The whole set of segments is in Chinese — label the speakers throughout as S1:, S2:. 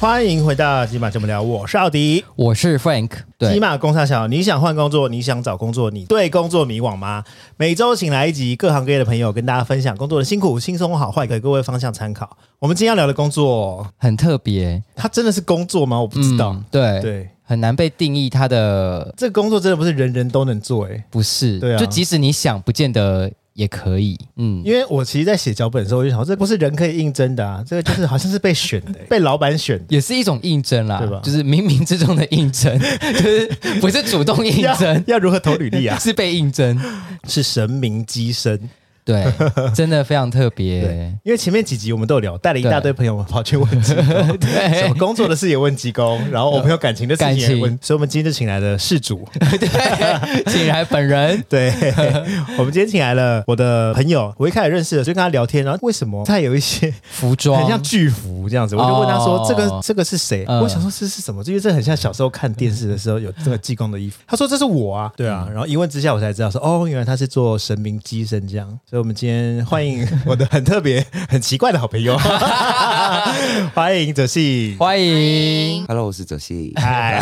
S1: 欢迎回到吉马这么聊，我是奥迪。
S2: 我是 Frank，
S1: 吉
S2: 对，
S1: 马工大小，你想换工作，你想找工作，你对工作迷惘吗？每周请来一集各行各业的朋友，跟大家分享工作的辛苦、轻松、好坏，给各位方向参考。我们今天要聊的工作，
S2: 很特别，
S1: 它真的是工作吗？我不知道。
S2: 嗯对，
S1: 对，
S2: 很难被定义它的
S1: 这个工作真的不是人人都能做、欸，
S2: 不是，
S1: 对啊
S2: 就即使你想，不见得也可以，嗯，
S1: 因为我其实，在写脚本的时候，我就想，这不是人可以应征的啊，这个就是好像是被选 的、欸被老板选的。
S2: 也是一种应征啦
S1: 对吧，
S2: 就是冥冥之中的应 征，就是不是主动应
S1: 要
S2: 征，
S1: 要如何投履历 啊？
S2: 是被应征，
S1: 是神明机身。
S2: 对，真的非常特别，
S1: 因为前面几集我们都有聊，带了一大堆
S2: 对
S1: 朋友们跑去问 机工， 什么工作的事也问机工，然后我朋友感情的事情
S2: 哎感
S1: 也
S2: 情
S1: 问，所以我们今天就请来了事 主。
S2: 对，竟然本人
S1: 对，我们今天请来了我的朋友，我一开始认识的，就跟他聊天，然后为什么他有一些
S2: 服
S1: 很
S2: 装
S1: 像巨幅这样子，我就问他说
S2: 啊哦
S1: 这个这个是谁？
S2: 嗯
S1: 我想说这是什么？因为这很像小时候看电视的时候有这个济公的衣服。他说这是我啊，对
S2: 嗯
S1: 啊。然后一问之下我才知道说哦，原来他是做神明机身这样。所以我们今天欢迎我的很特别、很奇怪的好朋 友，欢迎泽信。
S2: 欢迎，
S3: Hello，我是泽西。
S1: 哎，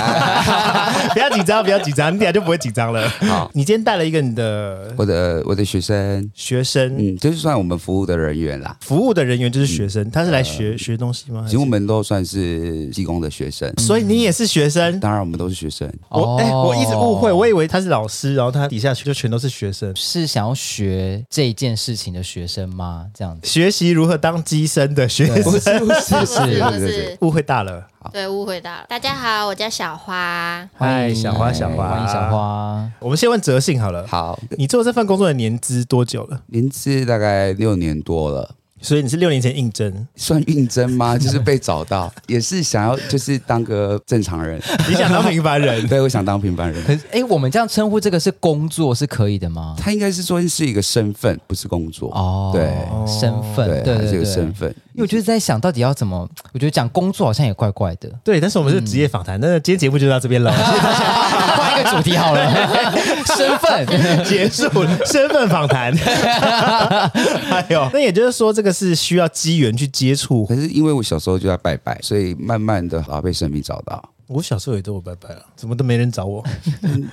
S1: 不要紧张，不要紧张，你等下就不会紧张了。
S3: 好，
S1: 你今天带了一个你的
S3: 我的我的学生，
S1: 学生，
S3: 嗯，就是算我们服务的人员啦。
S1: 服务的人员就是学生，他是来学学东西吗？还
S3: 其
S1: 是
S3: 实我们都算是技工的学生，
S2: 嗯
S1: 所以你也是学生，
S3: 当然我们都是学生。
S1: 我
S2: 哦
S1: 哎、我一直误会，我以为他是老师，然后他底下就全都是学生，
S2: 是想要学这件事情的学生吗？这样子，
S1: 学习如何当机生的学
S2: 对
S1: 生，
S2: 是
S3: 不
S2: 是
S3: 是
S4: 不
S3: 对
S4: 是？
S1: 误会大了。
S4: 对，误会大了。大家好，我叫小花。
S2: 欢迎
S1: 哎
S2: 哎
S1: 小花，小花，
S2: 欢迎小。花，
S1: 我们先问哲信好了，
S3: 好，
S1: 你做这份工作的年资多久了？
S3: 年资大概六年多了，
S1: 所以你是六年前应征，
S3: 算应征 吗？就是被找到，也是想要就是当个正常 人。？
S1: 你想当平凡人，
S3: 对，我想当平凡人。
S2: 可是，哎，我们这样称呼这个是工作是可以的吗？
S3: 他应该是说是一个身份，不是工作。
S2: 哦，
S3: 对
S2: 身份，对
S3: 他
S2: 对
S3: 是
S2: 对
S3: 个身份。
S2: 因为我就是在想到底要怎么，我觉得讲工作好像也怪怪的
S1: 对，但是我们是职业访谈，那今天节目就到这边 了，
S2: 换一个主题好了， 身 份。
S1: 结束身份访 谈。哎呦，那也就是说，这个是需要机缘去接触。
S3: 可是因为我小时候就在拜拜，所以慢慢的啊被神明找到。
S1: 我小时候也都有拜拜了，怎么都没人找我。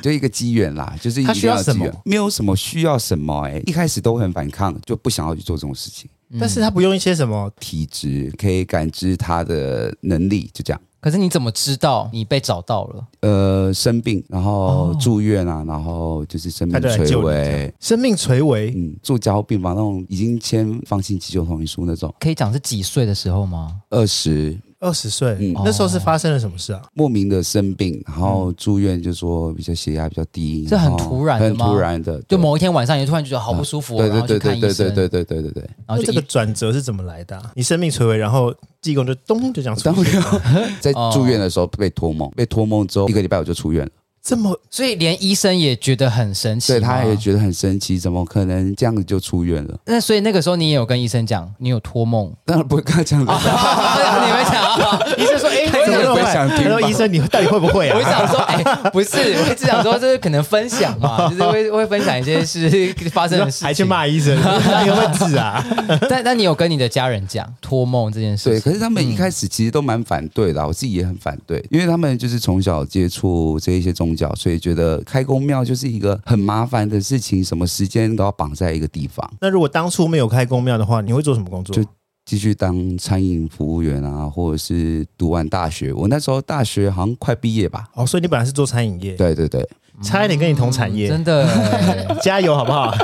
S3: 就一个机缘啦，就是一
S1: 他
S3: 定
S1: 需要
S3: 机
S1: 什
S3: 缘
S1: 么，
S3: 没有什么需要什么哎、一开始都很反抗，就不想要去做这种事情。
S1: 但是他不用一些什么
S3: 体质可以感知他的能力，就这样。
S2: 可是你怎么知道你被找到了？
S3: 呃，生病，然后住院啊，然后就是生
S1: 他
S3: 命
S1: 就来
S3: 垂
S1: 救你这样
S3: 危，，
S1: 生命垂危。
S3: 嗯，住加护病房那种，已经签放弃急救同意书那种。
S2: 可以讲是几岁的时候吗？
S3: 二十
S1: 二十岁
S3: 嗯
S1: 那时候是发生了什么事啊？
S3: 莫名的生病，然后住院就说比较血压比较低，
S2: 这很
S3: 后
S2: 突然的
S3: 很
S2: 吗
S3: 突然的，
S2: 就
S3: 对
S2: 某一天晚上，你突然就觉得好不舒服，
S3: 对
S2: 然
S3: 对
S2: 后去
S3: 对
S2: 看
S3: 对
S2: 医
S3: 对对
S2: 生，
S3: 对对对对对。
S1: 那
S2: 然后就
S1: 这个
S2: 一
S1: 转折是怎么来的啊、你生命垂危，然后济公就咚就这样出
S3: 当
S1: 现，
S3: 然，在住院的时候被托梦，被托梦之后一个礼拜我就出院了。
S1: 这么
S2: 所以连医生也觉得很神奇
S3: 对，
S2: 吗。
S3: 他也觉得很神奇，怎么可能这样子就出院了？ 。
S2: 那所以那个时候你也有跟医生讲，你有托梦
S3: 当然不会跟他讲的，
S2: 你们讲啊，
S1: 医生说：“哎、
S3: 太
S1: 怎么 那么
S3: 太
S1: 快
S3: 想听
S1: 他说：“
S3: 吧
S1: 医生，你到底会不会
S2: 我
S1: 啊
S2: 就 想说，哎、不是，我一直想说，就是可能分享 嘛，就是会会分享一些是发？”生
S1: 你说
S2: 的事情，
S1: 还去骂医生，你会不会治啊？
S2: 但但你有跟你的家人讲托梦这件事
S3: 对。
S2: 情？
S3: 可是他们一开始其实都蛮反对的啊，我自己也很反对，因为他们就是从小接触这一些宗教，所以觉得开公庙就是一个很麻烦的事情，什么时间都要绑在一个地方。
S1: 那如果当初没有开公庙的话，你会做什么工作？
S3: 就继续当餐饮服务员啊，或者是读完大学，我那时候大学好像快毕业吧。
S1: 哦，所以你本来是做餐饮业，
S3: 对对对，
S1: 差一点跟你同产业，
S2: 真的欸，
S1: 加油好不好？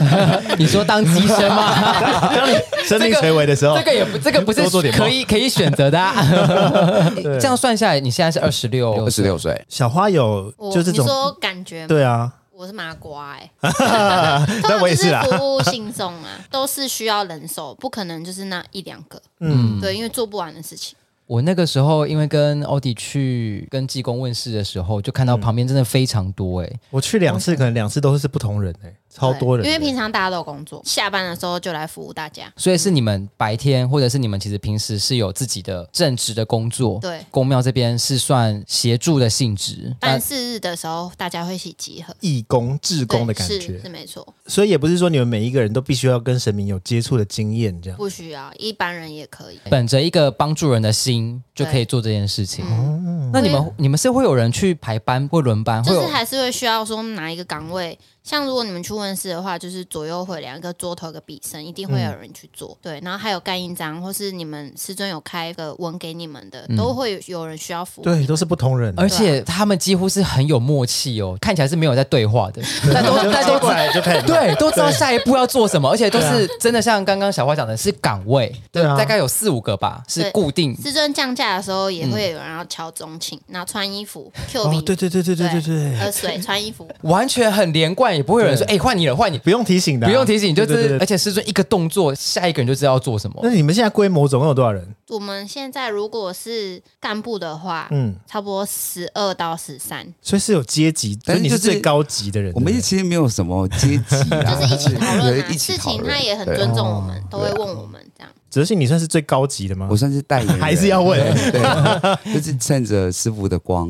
S2: 你说当机身 吗？
S1: 当你生命垂危的时候，
S2: 这个也不，这个不是
S1: 哦多做点梦
S2: 可以可以选择 的、啊。这样算下来，你现在是二十六，
S3: 二十六岁，
S1: 小花有
S4: 我
S1: 就这
S4: 你
S1: 种，
S4: 说感觉吗？
S1: 对啊，
S4: 我是麻瓜 哎、通
S1: 那
S4: 常
S1: 我也
S4: 就是
S1: 啦。
S4: 服务信众啊， 都是需要人手，不可能就是那一两个。
S1: 嗯，
S4: 对，因为做不完的事情。
S2: 我那个时候因为跟欧迪去跟济
S1: 嗯
S2: 公问世的时候，就看到旁边真的非常多哎、
S1: 我去两次，可能两次都是不同人哎、超多人的，
S4: 因为平常大家都有工作，下班的时候就来服务大家。
S2: 所以是你们白天，或者是你们其实平时是有自己的正职的工作。
S4: 对
S2: 公庙这边是算协助的性质，
S4: 办
S2: 但
S4: 四日的时候，大家会一起集合，
S1: 义工、志工的
S4: 对
S1: 感
S4: 是是
S1: 觉，
S4: 没错，
S1: 所以也不是说你们每一个人都必须要跟神明有接触的经验这样。
S4: 不需要一般人也可以。
S2: 本着一个帮助人的心就可以做这件事情。那你们你们是会有人去排班或轮
S1: 啊
S2: 班，会
S4: 嗯就
S2: 有
S4: 是还是会需要说哪一个岗位，像如果你们去问事的话，就是左右会两个桌头一个笔身，一定会有人去
S1: 嗯
S4: 做。对，然后还有盖印章，或是你们师尊有开个文给你们的，都会有人需要服务。
S1: 对，都是不同人，
S2: 而
S4: 哎啊
S2: 且他们几乎是很有默契哦，看起来是没有在对话的，但 都但都
S1: 接过来就开始弄
S2: 对，啊都知道下一步要做什么，而且都是真的像刚刚小花讲的，是岗位，
S1: 对啊
S2: 大概有四五个吧，是
S4: 对
S2: 固定。
S4: 师尊降价的时候也会有人要敲钟请，然后穿衣服、Q
S1: 哦
S4: 笔、，
S1: 对对对对对对对，
S4: 喝水、穿衣服，
S2: 完全很连贯，也不会有人说：“哎、换你了，换你。”
S1: 不用提醒的啊，
S2: 不用提醒，就
S1: 对对
S2: 是
S1: 对
S2: 而
S1: 对
S2: 且师尊一个动作，下一个人就知道要做 什
S1: 那
S2: 么。
S1: 你们现在规模总共有多少人？
S4: 我们现在如果是干部的话，
S1: 嗯
S4: 差不多十二到十三，
S1: 所以是有阶级，所
S3: 但
S1: 以
S3: 是
S1: 你
S3: 就是
S1: 是最高级的人。
S3: 我们
S1: 对不对
S3: 其实没有什么阶级啊，
S4: 就是一起讨论
S3: 对
S4: 啊，
S3: 一起
S4: 事
S3: 讨
S4: 情
S3: 论
S4: 他也很
S3: 对
S4: 尊重我
S1: 哦
S4: 们，都会
S3: 对啊
S4: 问我们这样。
S1: 哲信，你算是最高级的吗
S3: 我？算是代言人，
S1: 还是要问
S3: 对，就是趁着师傅的光，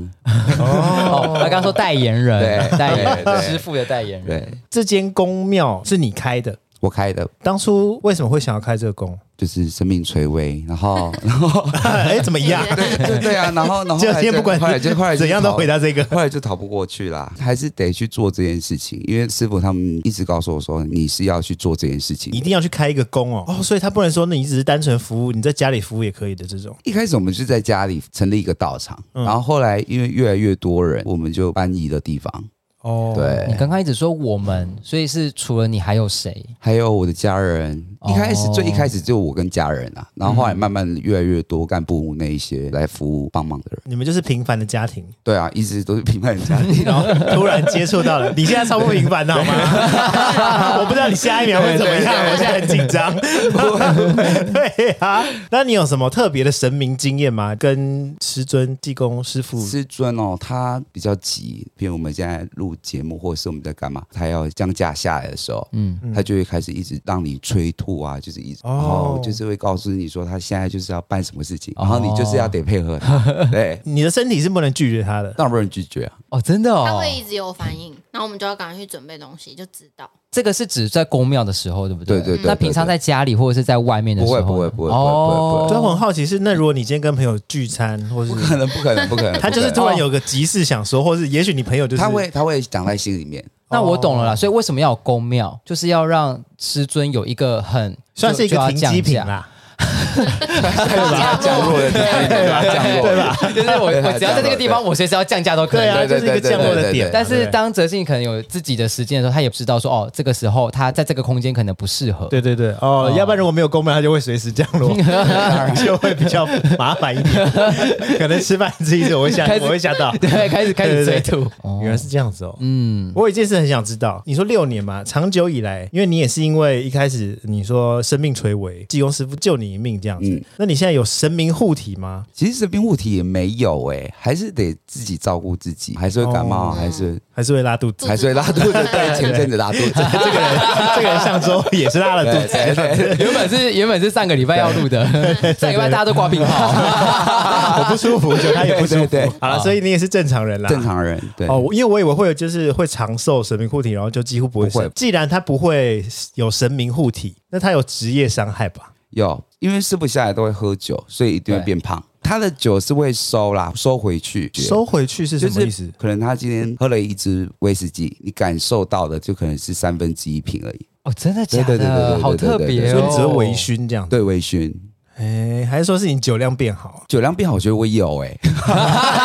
S2: 哦，他刚刚说代言人，
S3: 对
S2: 代言人，
S3: 对对
S2: 师傅的代言人。
S3: 对
S1: 这间宫庙是你开的，
S3: 我开的
S1: 当初为什么会想要开这个宫？
S3: 就是生命垂危，然 后
S1: 哎，怎么一 样？
S3: 对对啊，然后然后
S1: 就
S3: 后来
S1: 今天
S3: 就
S1: 不管
S3: 后来就后来就
S1: 怎样都
S3: 逃
S1: 回答这个。
S3: 后来就逃不过去啦，还是得去做这件事情，因为师傅他们一直告诉我说，你是要去做这件事情
S1: 一。定要去开一个工哦，哦，所以他不能说你只是单纯服务，你在家里服务也可以的这种。
S3: 一开始我们是在家里成立一个道场，
S1: 嗯
S3: 然后后来因为越来越多人，我们就搬移的地方。
S1: 哦
S2: 你
S3: 对，
S2: 刚刚一直说我们，所以是除了你还有谁？
S3: 还有我的家人，一开始
S2: 哦
S3: 最一开始就我跟家人啊，然后后来慢慢越来越多干部那一些来服务帮忙的人。
S1: 你们就是平凡的家庭，
S3: 对啊，一直都是平凡人 家庭。
S1: 然后突然接触到 了，你现在超不平凡的好吗？我不知道你下一秒会怎么样，我现在很紧 张。对啊，那你有什么特别的神明经验吗？跟师尊、济公、师傅
S3: 师尊哦，他比较急，比如我们现在录节目或者是我们在干嘛，他要降价下来的时候，
S2: 嗯，
S3: 他就会开始一直让你催吐啊，就是一直，
S1: 哦
S3: 然后就是会告诉你说他现在就是要办什么事情，
S2: 哦
S3: 然后你就是要得配合 他，对，
S1: 你的身体是不能拒绝他的。
S3: 当然不能拒绝啊，
S2: 哦，真的
S4: 他
S2: 哦
S4: 会，一直有反应，然后我们就要赶快去准备东西，就知道。
S2: 这个是指在公庙的时候，对不对？
S3: 对对对
S2: 那
S3: 对
S2: 平常在家里或者是在外面的时候呢，
S3: 不会不会不会不会
S2: 哦
S1: 所以啊我很好奇是，那如果你今天跟朋友聚餐，或是
S3: 不可能，不可能，不可能，
S1: 他就是
S3: 不可
S1: 突然有个急事想说，或是也许你朋友就
S3: 能
S1: 是
S3: 他会他会讲在心里面，
S2: 那我懂了啦。所以为什么要有公庙，就是要让师尊有一个很
S1: 算是一
S2: 就
S1: 个
S2: 就要
S1: 停机
S2: 降
S1: 坪
S2: 价
S1: 啦。
S3: 降落的地方，对吧？降落
S2: 对吧？就是我
S3: 对
S2: 我只要在这个地方，我随时要降价都可以。
S1: 啊对啊，
S3: 对
S1: 就是一个降落
S3: 对
S1: 的
S3: 对
S1: 点
S3: 对。
S2: 但是当哲信可能有自己的时间的时候，他也知道说哦，这个时候他在这个空间可能不适合。
S1: 对对对，哦，
S2: 哦
S1: 要不然如果没有公庙，它就会随时降落，就会比较麻烦一 点。可能吃饭吃一次，我会吓，
S2: 开始
S1: 我会吓到。
S2: 对，开始开始追
S1: 对对对
S2: 吐。
S1: 原来是这样子哦。
S2: 嗯，
S1: 我有一件事很想知道，你说六年嘛，长久以来，因为你也是因为一开始你说生命垂危，济公师傅救你一命这样子
S3: 嗯，
S1: 那你现在有神明护体吗？
S3: 其实生病护体也没有哎，还是得自己照顾自己，还是会感冒，
S4: 哦
S3: 还是
S1: 还是会拉肚子？
S3: 还是会拉肚子，对，前阵子拉肚子，
S1: 这个人，这个人上周也是拉了肚子，
S3: 对对对
S2: 原本是原本是上个礼拜要录的，上礼拜大家都挂病号。
S1: 我不舒服，就他也不舒
S3: 对对
S1: 服
S3: 对。
S1: 好了，所以你也是啊正常人啦。
S3: 正常人对。
S1: 哦，我因为我以为会有就是会长寿神明护体，然后就几乎不会
S3: 不会
S1: 生。既然他不会有神明护体，那他有职业伤害吧？
S3: 有，因为师傅下来都会喝酒，所以一定会
S2: 对
S3: 变胖。他的酒是会收啦，收回去，
S1: 收回去是什
S3: 就
S1: 么意思？
S3: 是可能他今天喝了一支威士忌，你感受到的就可能是三分之一瓶而已，
S2: 哦，真的假
S3: 对对对对对
S2: 的？
S3: 对
S2: 好特别
S1: 所以
S2: 哦
S1: 你，只会微醺这样子。
S3: 对微醺。
S1: 哎，还是说是你酒量变好？
S3: 酒量变好，我觉得我有哎、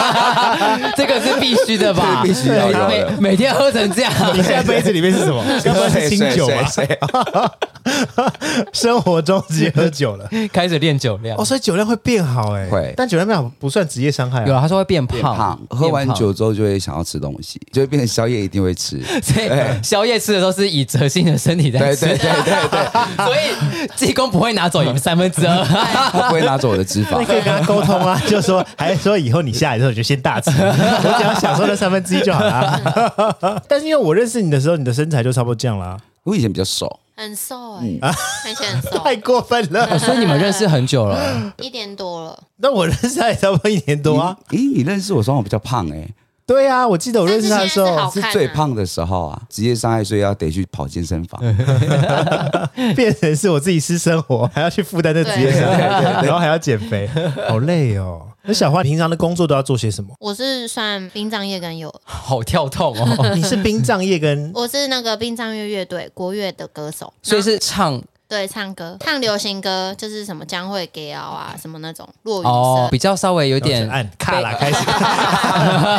S2: 这个是必须的吧？
S3: 必须要有
S2: 每
S3: 的
S2: 每天喝成这样，
S1: 你现在杯子里面是 什么？该不会是清酒 吧？
S3: 谁谁谁
S1: 生活中直接喝酒了
S2: 开始练酒量
S1: 哦，。所以酒量会变好哎，
S3: 会
S1: 但酒量变好不算职业伤害
S2: 有
S1: 啊。
S2: 了，他说会变
S3: 变
S2: 胖，
S3: 胖，喝完
S2: 变胖
S3: 酒之后就会想要吃东西，就会变成宵夜一定会吃。
S2: 所以宵夜吃的都是以哲性的身体在
S3: 对
S2: 吃，
S3: 对对对对，
S2: 所以济公不会拿走你们三分之二，
S3: 他会拿走我的脂肪
S1: 你。可以跟他沟通 啊，就说还是说以后你下来的时候你就先大 吃，我只要享受那三分之一就好啦。 但是因为我认识你的时候，你的身材就差不多这样啦，
S3: 我以前比较瘦，
S4: 很瘦哎、看起来很瘦，
S1: 太过分了。
S2: 哦所以你们认识很久了，
S4: 一点多了。
S1: 那我认识他也差不多一年多啊。
S3: 咦，你认识我时候我比较胖哎、
S1: 对啊，我记得我认识他的时
S4: 但是现在是
S1: 候
S4: 好看
S3: 是最胖的时候啊，职业伤害，所以要得去跑健身房。
S1: 嗯变成是我自己私生活，还要去负担这 职业伤害，然后还要减肥， 好累哦。那小花平常的工作都要做些什 么？
S4: 我是算殡葬业跟有，
S2: 好跳痛哦。
S1: 你是殡葬业跟
S4: 我是那个殡葬乐乐队国乐的歌手，
S2: 所以是唱
S4: 对唱歌唱流行歌，就是什么将会给敖啊什么那种落雨声。
S2: 哦，比较稍微有
S1: 然后
S2: 点
S1: 就 按卡啦开始，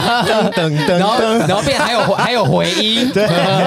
S1: 噔噔
S2: 然
S1: 噔
S2: 后
S1: 噔，
S2: 然后变还有还有回 音，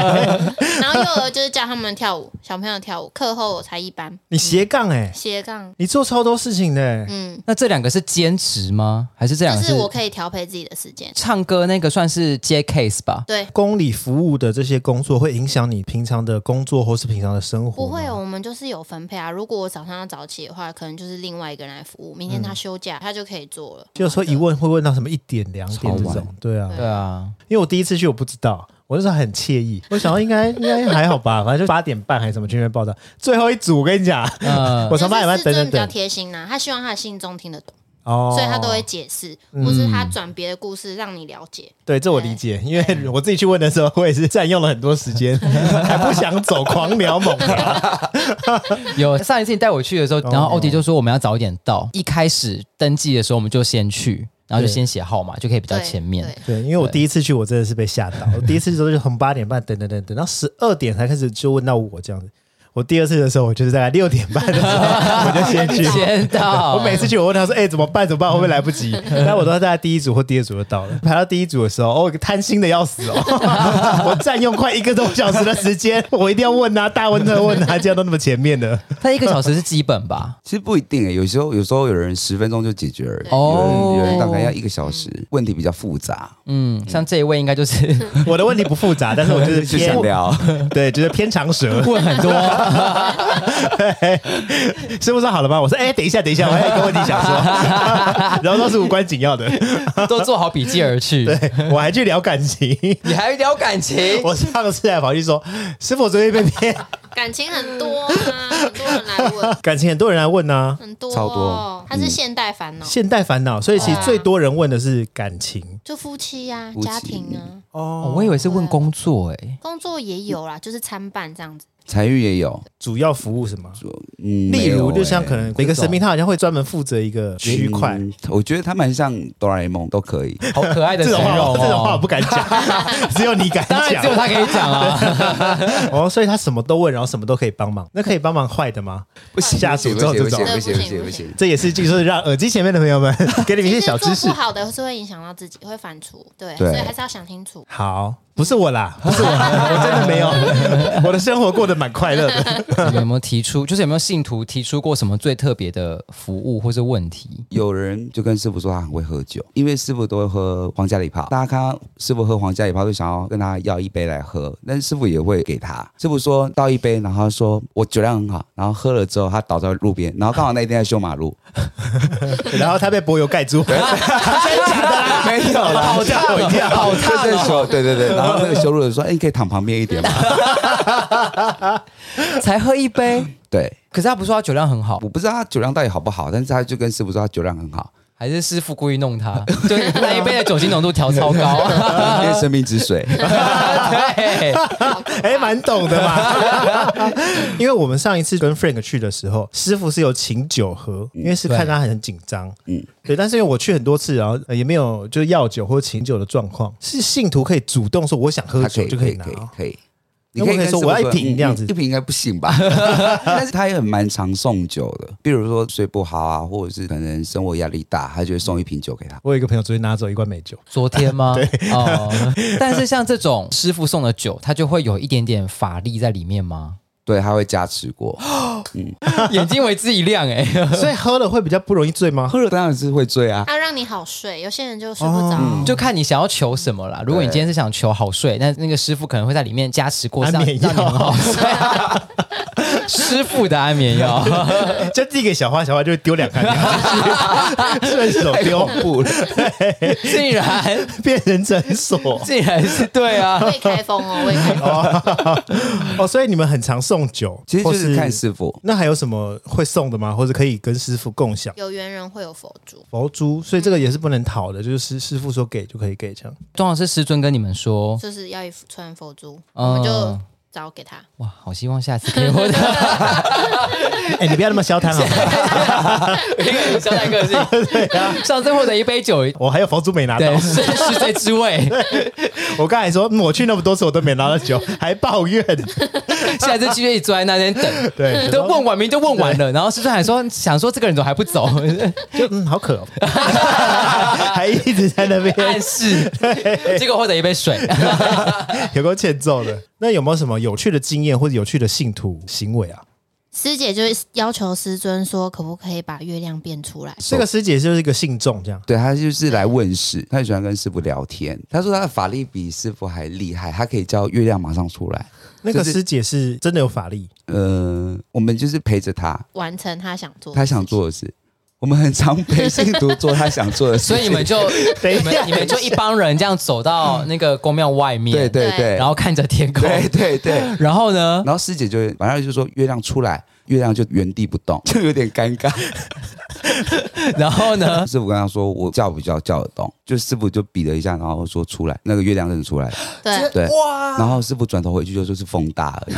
S4: 然后幼儿就是教他们跳舞，小朋友跳舞，课后我才一班
S1: 你斜杠哎、
S4: 斜杠，
S1: 你做超多事情的、欸，
S4: 嗯，
S2: 那这两个是兼职吗？还是这两
S4: 就
S2: 个
S4: 是我可以调配自己的时间，
S2: 唱歌那个算是接 case 吧？
S4: 对。
S1: 公理服务的这些工作会影响你平常的工作或是平常的生活？
S4: 不会，，哦我们就是有分配啊。如果我早上要早起的话，可能就是另外一个人来服务。明天他休假，他就可以做了。
S1: 嗯就有时候一问会问到什么一点两点这
S3: 超
S1: 种
S3: 晚，？
S1: 对啊，
S4: 对
S2: 对啊，
S1: 因为我第一次去我不知道，我那时候很惬意，我想到应该 应该还好吧，反正就八点半还是什么去那边报道，最后一组我跟你讲，
S2: 嗯，
S1: 我从八点半
S4: 就是
S1: 等
S4: 市
S1: 等
S4: 政比较
S1: 等，
S4: 贴心呐、他希望他的信众听得懂，
S1: 哦，嗯
S4: 所以他都会解释，或是他转别的故事让你了解。
S1: 对，这我理解，因为我自己去问的时候，我也是占用了很多时 间，还不想走，狂聊猛聊，
S2: 有上一次你带我去 的时候，
S1: 哦
S2: 然后欧迪就说我们要早一点到，一开始登记的时候我们就先去，然后就
S1: 对
S2: 先写号码，就可以比较
S4: 对
S2: 前面。
S4: 对
S1: 对，因为我第一次去，我真的是被吓到。我第一次都是从八点半等等等等到十二点才开始就问到我这样子。我第二次的时候，我就是大概六点半的时候我就先去。
S2: 先到，
S1: 我每次去，我问他说：“哎、怎么办？怎么办？会不会来不及？”但我都是大概第一组或第二组就到了。排到第一组的时候，哦，贪心的要死哦， 我占用快一个多小时的时间，我一定要问啊，大问特问啊，这样都那么前面的。
S2: 他一个小时是基本吧
S3: 其实不一定诶、有时候有时候有人十分钟就解决了，
S2: 哦
S3: 有人有人大概要一个小时，问题比较复杂，
S2: 嗯，像这一位应该就是
S1: 我的问题不复杂，但是我就是
S3: 就
S1: 偏
S3: 想 聊。
S1: 对，就是偏长舌。
S2: 问很多，
S1: 师傅说好了吗？我说哎、等一下，等一下，我还有一个问题想说， 然后都是无关紧要的。
S2: 都做好笔记而去。
S1: 对我还去聊感情，
S2: 你还聊感情？
S1: 我上次还跑去说，师傅我昨天被骗，
S4: 感情很多啊，很多人来问，
S1: 感情很多人来问啊，
S4: 很多、哦，
S3: 超多
S4: 它是现代烦恼，
S1: 嗯现代烦恼，所以其实最多人问的是感情
S4: 就夫妻呀、
S3: 夫妻
S4: 家庭啊，
S2: 哦
S1: 哦
S2: 我以为是问工作哎，
S4: 工作也有啦，就是参半这样子。
S3: 财运也有，
S1: 主要服务什么？
S3: 嗯，
S1: 例
S3: 没有
S1: 如，就
S3: 诶
S1: 像可能每个神明，他好像会专门负责一个区块。
S3: 嗯我觉得他蛮像哆啦 A 梦，都可以。
S2: 好可爱的
S1: 这
S2: 形
S1: 种话
S2: 容
S1: 我，这种话我
S2: 哦。
S1: 不敢讲，只有你敢
S2: 当然
S1: 讲
S2: 只。有他可以 讲啊，
S1: 哦，所以他什么都问，然后什么都可以帮忙。那可以帮忙坏的吗？
S3: 不 行，
S1: 下
S3: 不
S1: 诅
S3: 行，
S1: 咒这
S3: 不行，不
S1: 种
S3: 行，不行，不
S4: 对
S3: 行，
S4: 不
S3: 不
S4: 行
S3: 行。
S1: 这也是就是让耳机前面的朋友们给你们一些
S4: 其实
S1: 小
S4: 做
S1: 知识
S4: 不。好的是会影响到自己，会反刍，对，
S3: 对
S4: 所以还是要想清楚。
S1: 好，不是我啦，不是我啦，我真的没有，我的生活过得蛮快乐的。
S2: 你们有没有提出？就是有没有信徒提出过什么最特别的服务或是问题？
S3: 有人就跟师傅说他很会喝酒，因为师傅都会喝皇家礼炮，大家看到师傅喝皇家礼炮就想要跟他要一杯来喝，但是师傅也会给他。师傅说倒一杯，然后他说我酒量很好，然后喝了之后他倒在路边，然后刚好那一天在修马路，
S1: 然后他被柏油盖住，真的假的啦？没有啦，好吓我一跳。
S2: 好
S3: 就
S2: 烫
S3: 是
S2: 哦，
S3: 修，对对对，然后那个修路的说，哎，你可以躺旁边一点嘛，
S2: 才喝一杯，
S3: 对。
S2: 可是他不是说他酒量很好，
S3: 我不知道他酒量到底好不好，但是他就跟师傅说他酒量很好，
S2: 还是师傅故意弄他？就那一杯的酒精浓度调超高。
S3: 因为生命之水。
S2: 对，
S1: 哎，蛮懂的嘛。 因为我们上一次跟 Frank 去的时候，师傅是有请酒喝，因为是看他很紧张。嗯
S3: 嗯，
S1: 对。但是因为我去很多次，然后呃也没有就是要酒或请酒的状况，是信徒可以主动说我想喝
S3: 他
S1: 酒
S3: 可以
S1: 就
S3: 可
S1: 以
S3: 以
S1: 拿
S3: 可以
S1: 哦。
S3: 可以。
S1: 那我可以
S3: 跟
S1: 说
S3: 师
S1: 我
S3: 傅
S1: 要一瓶
S3: 嗯
S1: 这样子
S3: 一瓶应该不行吧？ 但是他也很蛮常送酒的，比如说睡不好啊，或者是可能生活压力大，他就会送一瓶酒给他。
S1: 我有一个朋友昨天拿走一罐美酒，
S2: 昨天吗？哦，但是像这种师傅送的酒，它就会有一点点法力在里面吗？
S3: 对，它会加持 过，
S2: 眼睛为之一亮哎、
S1: 所以喝了会比较不容易醉吗？
S3: 喝了当然是会醉 啊。
S4: 它让你好睡，有些人就睡不着。
S2: 就看你想要求什么啦。如果你今天是想求好睡，那那个师傅可能会在里面加持过，
S1: 安
S2: 让让
S1: 眠
S2: 你
S1: 啊药
S2: 很好睡。 师傅的安眠药，
S1: 就递给小花，小花就会丢两看，顺手
S2: 哎
S1: 丢，
S3: 不 了，
S2: 竟然
S1: 变成诊 所。
S2: 竟然是对啊，
S4: 未开封哦，未开封。
S1: 哦，所以你们很常送酒，
S3: 其实就
S1: 或
S3: 是看师傅。
S1: 那还有什么会送的吗？或者可以跟师傅共享
S4: 有缘人会有佛珠，
S1: 佛
S2: 嗯
S1: 珠？所以这个也是不能讨的，就是师师傅说给就可以给 这样。
S2: 通常是师尊跟你们 说，
S4: 就是要一串佛珠，
S2: 哦
S4: 我们就找给他。
S2: 哇，好希望下次可以 获得
S1: 哎、你不要那么消贪好吗？
S2: 一个人相当个性。啊上次获得一杯酒，
S1: 我还有佛珠没拿到
S2: 对，，是是这滋味。
S1: 我刚才说、嗯我去那么多次我都没拿到酒，还抱怨。
S2: 下次继续坐在那 边等。
S1: 对，
S2: 都问晚明都问完了，然后师尊还说 想说这个人怎么还不走，
S1: 就嗯，好渴、哦， 还一直在那边
S2: 暗示，结果获得一杯水。
S1: 有够欠揍的。那有没有什么有趣的经验或者有趣的信徒行为啊？
S4: 师姐就要求师尊说，可不可以把月亮变出来？
S1: 这个师姐就是一个信众这样。
S3: 对他就是来问事，他很喜欢跟师傅聊天。他说他的法力比师傅还厉害，他可以叫月亮马上出来。
S1: 那个
S3: 就是
S1: 师姐是真的有法力，
S3: 呃，我们就是陪着他，
S4: 完成他想做的
S3: 他
S4: 事情，
S3: 想做的事。我们很常陪信徒做他想做的事，
S2: 所以你们就
S1: 等 一
S2: 你
S1: 下
S2: 们你们就一帮人这样走到那个宫庙外面，
S3: 对对
S4: 对
S3: 对，
S2: 然后看着天空，
S3: 对对对，
S2: 然后呢
S3: 然，后师姐就晚上就说月亮出来，月亮就原地不动， 就有点尴尬。
S2: 然后 呢，
S3: 师傅跟他说我叫比较叫得动，就师傅就比了一下，然后说出来，那个月亮真的出来了。
S4: 对，
S3: 对，然后师傅转头回去就说是风大而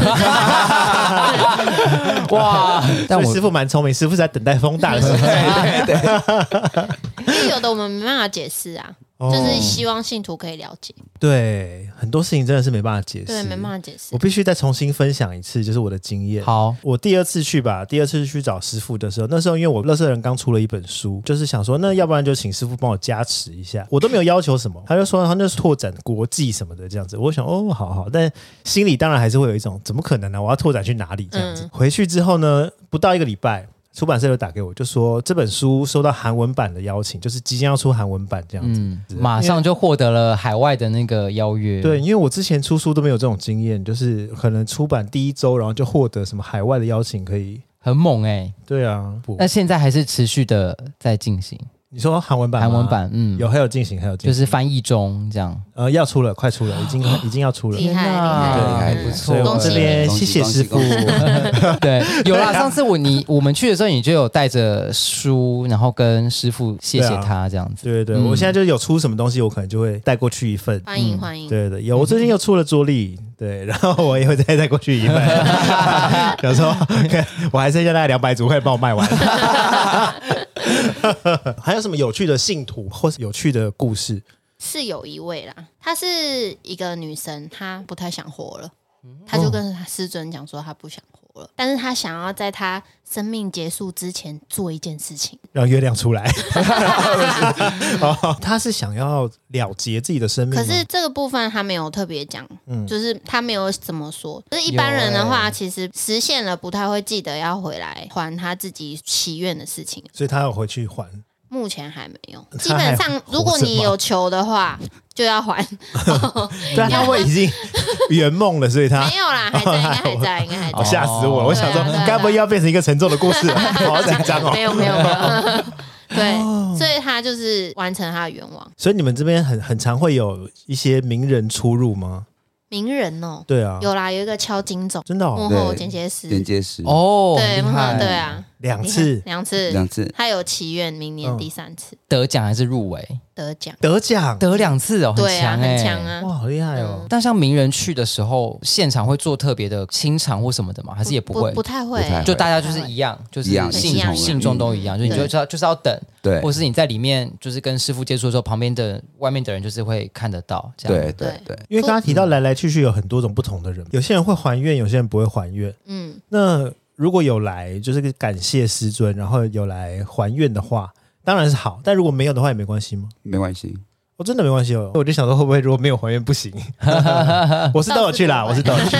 S3: 已。
S2: 哇，但
S1: 所
S2: 我
S1: 以师傅蛮聪明，师傅在等待风大的时 候。
S4: 因为有的我们没办法解释啊，
S1: 哦
S4: 就是希望信徒可以了解，
S1: 对，很多事情真的是没办法解释，
S4: 对，没办法解释
S1: 我。必须再重新分享一次，就是我的经验。
S2: 好，
S1: 我第二次去吧，第二次去找师傅的时候，那时候因为我乐色人刚出了一本书，就是想说，那要不然就请师傅帮我加持一下，我都没有要求什么，他 就说他那是拓展国际什么的这样子，我想哦，好好，但心里当然还是会有一种怎么可能呢、啊我要拓展去哪里这样子？
S4: 嗯
S1: 回去之后呢，不到一个礼拜。出版社就打给我，就说这本书收到韩文版的邀请，就是即将要出韩文版这样子。
S2: 嗯，马上就获得了海外的那个邀约，
S1: 对，因为我之前出书都没有这种经验，就是可能出版第一周，然后就获得什么海外的邀请，可以。
S2: 很猛哎。
S1: 对啊，不
S2: 那现在还是持续的在进行
S1: 你说韩文版吗，
S2: 韩文版，嗯，
S1: 有还有进行，还有进
S2: 就
S1: 行，
S2: 是哦翻译中这样。
S1: 呃要出了，快出了，已经已经要出了。
S4: 厉害厉
S3: 害
S1: 对
S3: 厉害不
S1: 所以
S2: 错
S1: 我
S4: 恭喜
S1: 这边
S3: 恭
S1: 谢
S3: 喜
S1: 谢
S3: 恭
S1: 师
S3: 喜
S1: 傅
S3: 恭。喜
S2: 对，有啦。上次我你我们去的时候，你就有带着书，然后跟师傅谢谢
S1: 对啊
S2: 他这样子。
S1: 对对对，
S2: 嗯
S1: 我现在就是有出什么东西，我可能就会带过去一份。
S4: 欢迎欢迎，
S2: 嗯
S1: 对对，有我最近又出了桌历，对，然后我也会再带过去一 份。想说我还剩下大概两百组，快帮我卖完。 还有什么有趣的信徒或是有趣的故事？
S4: 是有一位啦，她是一个女生，她不太想活了，她就跟师尊讲说她不想活了，但是她想要在她生命结束之前做一件事情，
S1: 让月亮出来。 哦，他是想要了结自己的生命吗，
S4: 可是这个部分他没有特别讲，
S1: 嗯
S4: 就是他没有怎么说。就是一般人的话，其实实现了不太会记得要回来还他自己祈愿的事情，
S1: 所以他要回去还。
S4: 目前还没有。
S1: 他
S4: 基本
S1: 还
S4: 上，如果你有求的话，就要还。
S1: 对啊，他会已经圆梦了，所以他
S4: 没。有啦，还在，应该还在，应该还
S1: 啊 哦，
S4: 在。
S1: 吓死我了！我想说
S4: 对啊对，啊啊
S1: 该不会要变成一个沉重的故事了？我好紧张 哦
S4: 没。有没有没有。对，所以他就是完成他的愿望。
S1: 所以你们这边很很常会有一些名人出入吗？
S4: 名人哦，
S1: 对啊，
S4: 有啦，有一个敲金总，
S1: 真的
S4: 幕
S1: 哦，
S4: 后
S3: 对
S4: 剪接师，
S3: 连接师
S2: 哦，
S4: 对，
S2: 厉
S4: 幕后
S2: 害
S4: 对啊，
S1: 两
S4: 你看
S1: 次
S4: 两次，
S3: 两次，
S4: 他有祈愿明年
S1: 嗯
S4: 第三次
S2: 得奖还是入围？
S4: 得奖，
S1: 得奖，
S2: 得两次哦，
S4: 对啊，
S2: 强哎、
S4: 很强！啊。
S1: 哇，好厉害哦！
S2: 但像名人去的时候，现场会做特别的清场或什么的吗？还是也不会？
S4: 不太
S3: 不太
S4: 会
S3: 会，
S2: 就大家就是一样，就是
S3: 一样
S2: 信
S4: 一样
S2: 信众都一样，就你就
S4: 对
S2: 知道就是要等，
S3: 对
S2: 或是你在里面就是跟师傅接触的时候，旁边的外面的人就是会看得到，这样
S3: 对对对，
S1: 因为刚刚提到
S4: 嗯
S1: 来来去去有很多种不同的人，有些人会还愿，有些人不会还愿。
S4: 嗯，
S1: 那如果有来，就是感谢师尊，然后有来还愿的话，当然是好。但如果没有的话，也没关系吗？
S3: 没关系。
S1: 我真的没关系哦。我就想说，会不会如果没有还愿不行？ 我是都有去啦，我是都有去。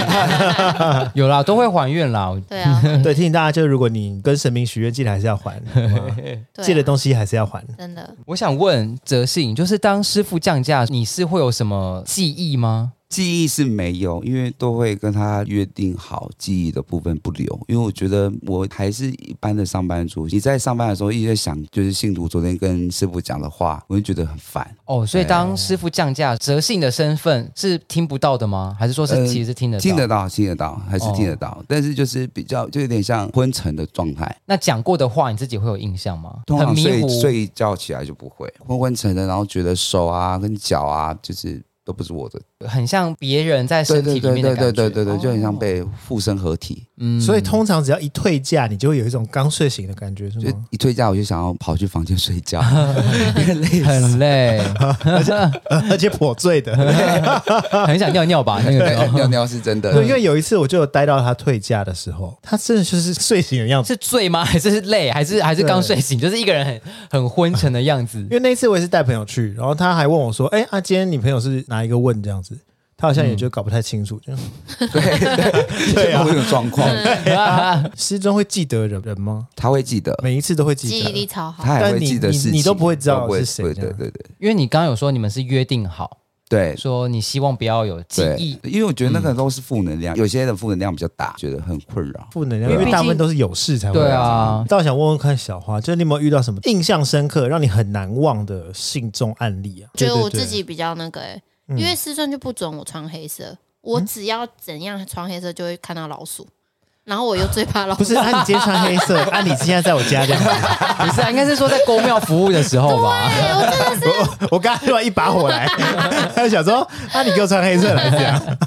S2: 有啦，都会还愿啦。
S4: 对啊，
S1: 对，提醒大家，就是如果你跟神明许愿，记得还是要还，好吗
S4: 对啊
S1: 借的东西还是要还。
S4: 真的
S2: 我想问哲信，就是当师傅降价，你是会有什么记忆吗？
S3: 记忆是没有，因为都会跟他约定好记忆的部分不留，因为我觉得我还是一般的上班族。你在上班的时候一直在想，就是信徒昨天跟师傅讲的话，我就觉得很烦。
S2: 哦，所以
S3: 呃
S2: 当师傅降价，哲信的身份是听不到的吗？还是说是
S3: 呃
S2: 其实是听得到？
S3: 听得到，听得到，还是
S2: 哦
S3: 听得到，但是就是比较就有点像昏沉的状态。
S2: 那讲过的话，你自己会有印象吗？
S3: 通
S2: 很
S3: 常
S2: 迷
S3: 睡
S2: 糊。
S3: 睡一觉起来就不会昏昏沉沉，然后觉得手啊跟脚啊就是都不是我的，
S2: 很像别人在
S3: 对
S2: 身
S3: 对
S2: 体里
S3: 对
S2: 面的
S3: 对
S2: 感
S3: 对
S2: 觉，
S3: 对对对，就很像
S2: 哦。
S3: 被附身合体。
S2: 嗯
S1: 所以通常只要一退价，你就会有一种刚睡醒的感觉，是
S3: 就
S2: 哦
S1: 吗？
S3: 一退假我就想要跑去房间睡 觉，因为累死。
S2: 很累，
S1: 而且破醉的。
S2: 很想尿尿吧？那个时候
S3: 对，尿尿是真的。
S1: 对，因为有一次我就有待到他退价的时候，他真的就是睡醒的样子。
S2: 是醉吗？还是累？还是还是刚睡醒？就是一个人很很昏沉的样子
S1: 因。为那一次我也是带朋友去，然后他还问我说：“哎、啊，今天你朋友是哪一个问这样子？”他好像也就搞不太清楚，就
S4: 嗯
S3: 对对
S1: 对啊
S3: 会有状况，
S1: 失踪会记得人人吗？
S3: 他会记得，
S1: 每一次都会记
S4: 记忆
S1: 得。啊
S4: 力超好，
S3: 他还
S1: 但
S3: 会
S1: 你
S3: 记得
S1: 你
S3: 事情，
S1: 你都不会知道
S3: 都不会
S1: 是谁
S3: 对
S1: 这样
S3: 对对对
S2: 因为你刚刚有说你们是约定好，
S3: 对。
S2: 说你希望不要有记
S3: 对
S2: 忆，，
S3: 因为我觉得那个都是负能量，有些人负能量比较大，觉得很困扰。
S1: 负能量，
S2: 因
S1: 因
S2: 为
S1: 为
S2: 毕
S1: 大
S2: 竟
S1: 部分都是有事才会。
S2: 对，啊，
S1: 倒想问问看小花，就是你有没有遇到什么印象深刻、让你很难忘的信众案例啊？
S4: 觉得
S1: 对对
S4: 我
S1: 对
S4: 自己比较那个哎、
S1: 嗯
S4: 因为师尊就不准我穿黑色，我只要怎样穿黑色就会看到老鼠，然后我又最怕老
S1: 不
S4: 鼠
S1: 是，。啊，你今天穿黑 色，啊，你现在在我家这样子。
S2: 不是、啊，应该是说在公庙服务的时候 吧？
S4: 哎我真的
S1: 我我刚刚突然一把火来， 他就想说，啊，你给我穿黑色来这样，